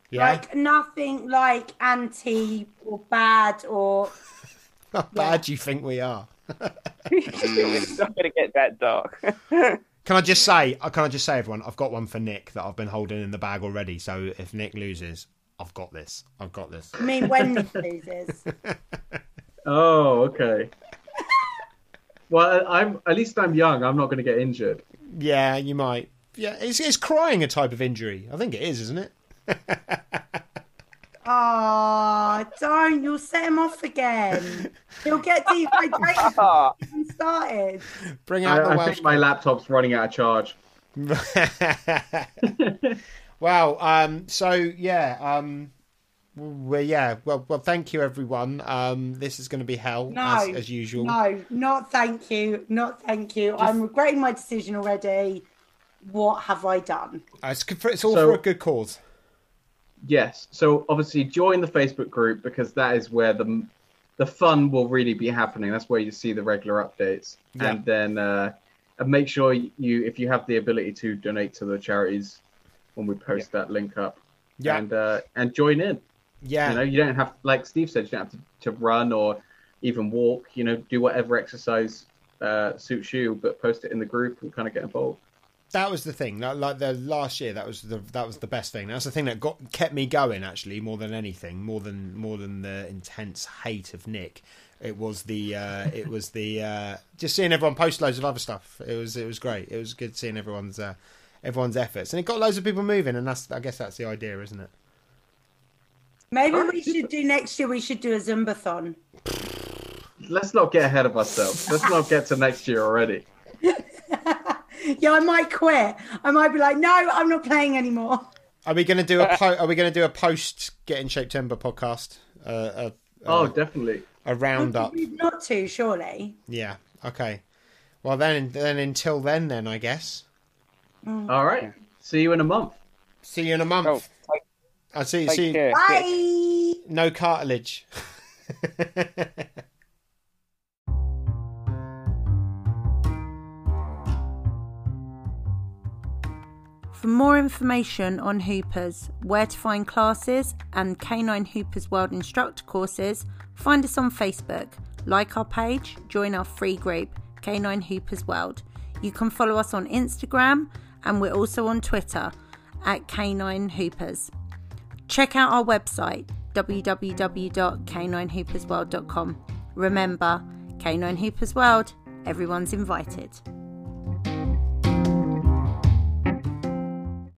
S4: Yeah,
S3: Like nothing like anti or bad or
S4: how bad you think we are?
S5: it's not going to get that dark.
S4: Can I just say? uh, Can I just say, everyone? I've got one for Nick that I've been holding in the bag already. So if Nick loses, I've got this. I've got this.
S3: I mean when Nick loses.
S2: Oh, okay. well, I- I'm at least I'm young. I'm not going to get injured.
S4: Yeah, you might. Yeah, is is crying a type of injury? I think it is, isn't it?
S3: Oh, don't! You'll set him off again. He'll get dehydrated
S5: Ah,
S3: and started.
S4: Bring out
S2: I,
S4: the
S2: I
S4: Welsh.
S2: think my laptop's running out of charge.
S4: Wow. Um, so yeah. Um, well, yeah. Well, well. Thank you, everyone. Um, this is going to be hell
S3: No,
S4: as, as usual.
S3: No, not thank you, not thank you. I'm regretting my decision already. What have I done?
S4: Uh, It's, good for- it's all
S2: So-
S4: for a good cause.
S2: Yes. So obviously join the Facebook group because that is where the the fun will really be happening. That's where you see the regular updates,
S4: Yeah.
S2: and then uh, and make sure you if you have the ability to donate to the charities when we post that link up.
S4: Yeah.
S2: And uh, and join in.
S4: Yeah.
S2: You know, you don't have like Steve said, you don't have to, to run or even walk. You know, do whatever exercise uh, suits you, but post it in the group and kind of get involved.
S4: that was the thing. Like, like the last year, that was the that was the best thing. That's the thing that got kept me going actually more than anything, more than more than the intense hate of Nick. It was the uh, it was the uh, just seeing everyone post loads of other stuff. It was it was great. It was good seeing everyone's uh, everyone's efforts, and it got loads of people moving. And that's I guess that's the idea, isn't it?
S3: Maybe we should do next year. We should do a Zumbathon.
S2: Let's not get ahead of ourselves. Let's not get to next year already.
S3: Yeah, I might quit. I might be like, no, I'm not playing anymore.
S4: Are we going to do a po- are we going to do a post get in shape timber podcast? Uh, a, a,
S2: Oh, definitely.
S4: a roundup.
S3: Not to, surely.
S4: Yeah. Okay. Well then then until then then I guess.
S2: All right. See you in a month.
S4: See you in a month.
S5: Oh, take,
S4: I see.
S5: take
S4: See,
S5: care.
S3: Bye.
S4: no cartilage.
S1: For more information on Hoopers, where to find classes, and Canine Hoopers World Instructor courses, find us on Facebook, like our page, join our free group, Canine Hoopers World. You can follow us on Instagram, and we're also on Twitter at Canine Hoopers. Check out our website, www.caninehoopersworld.com. Remember, Canine Hoopers World, everyone's invited.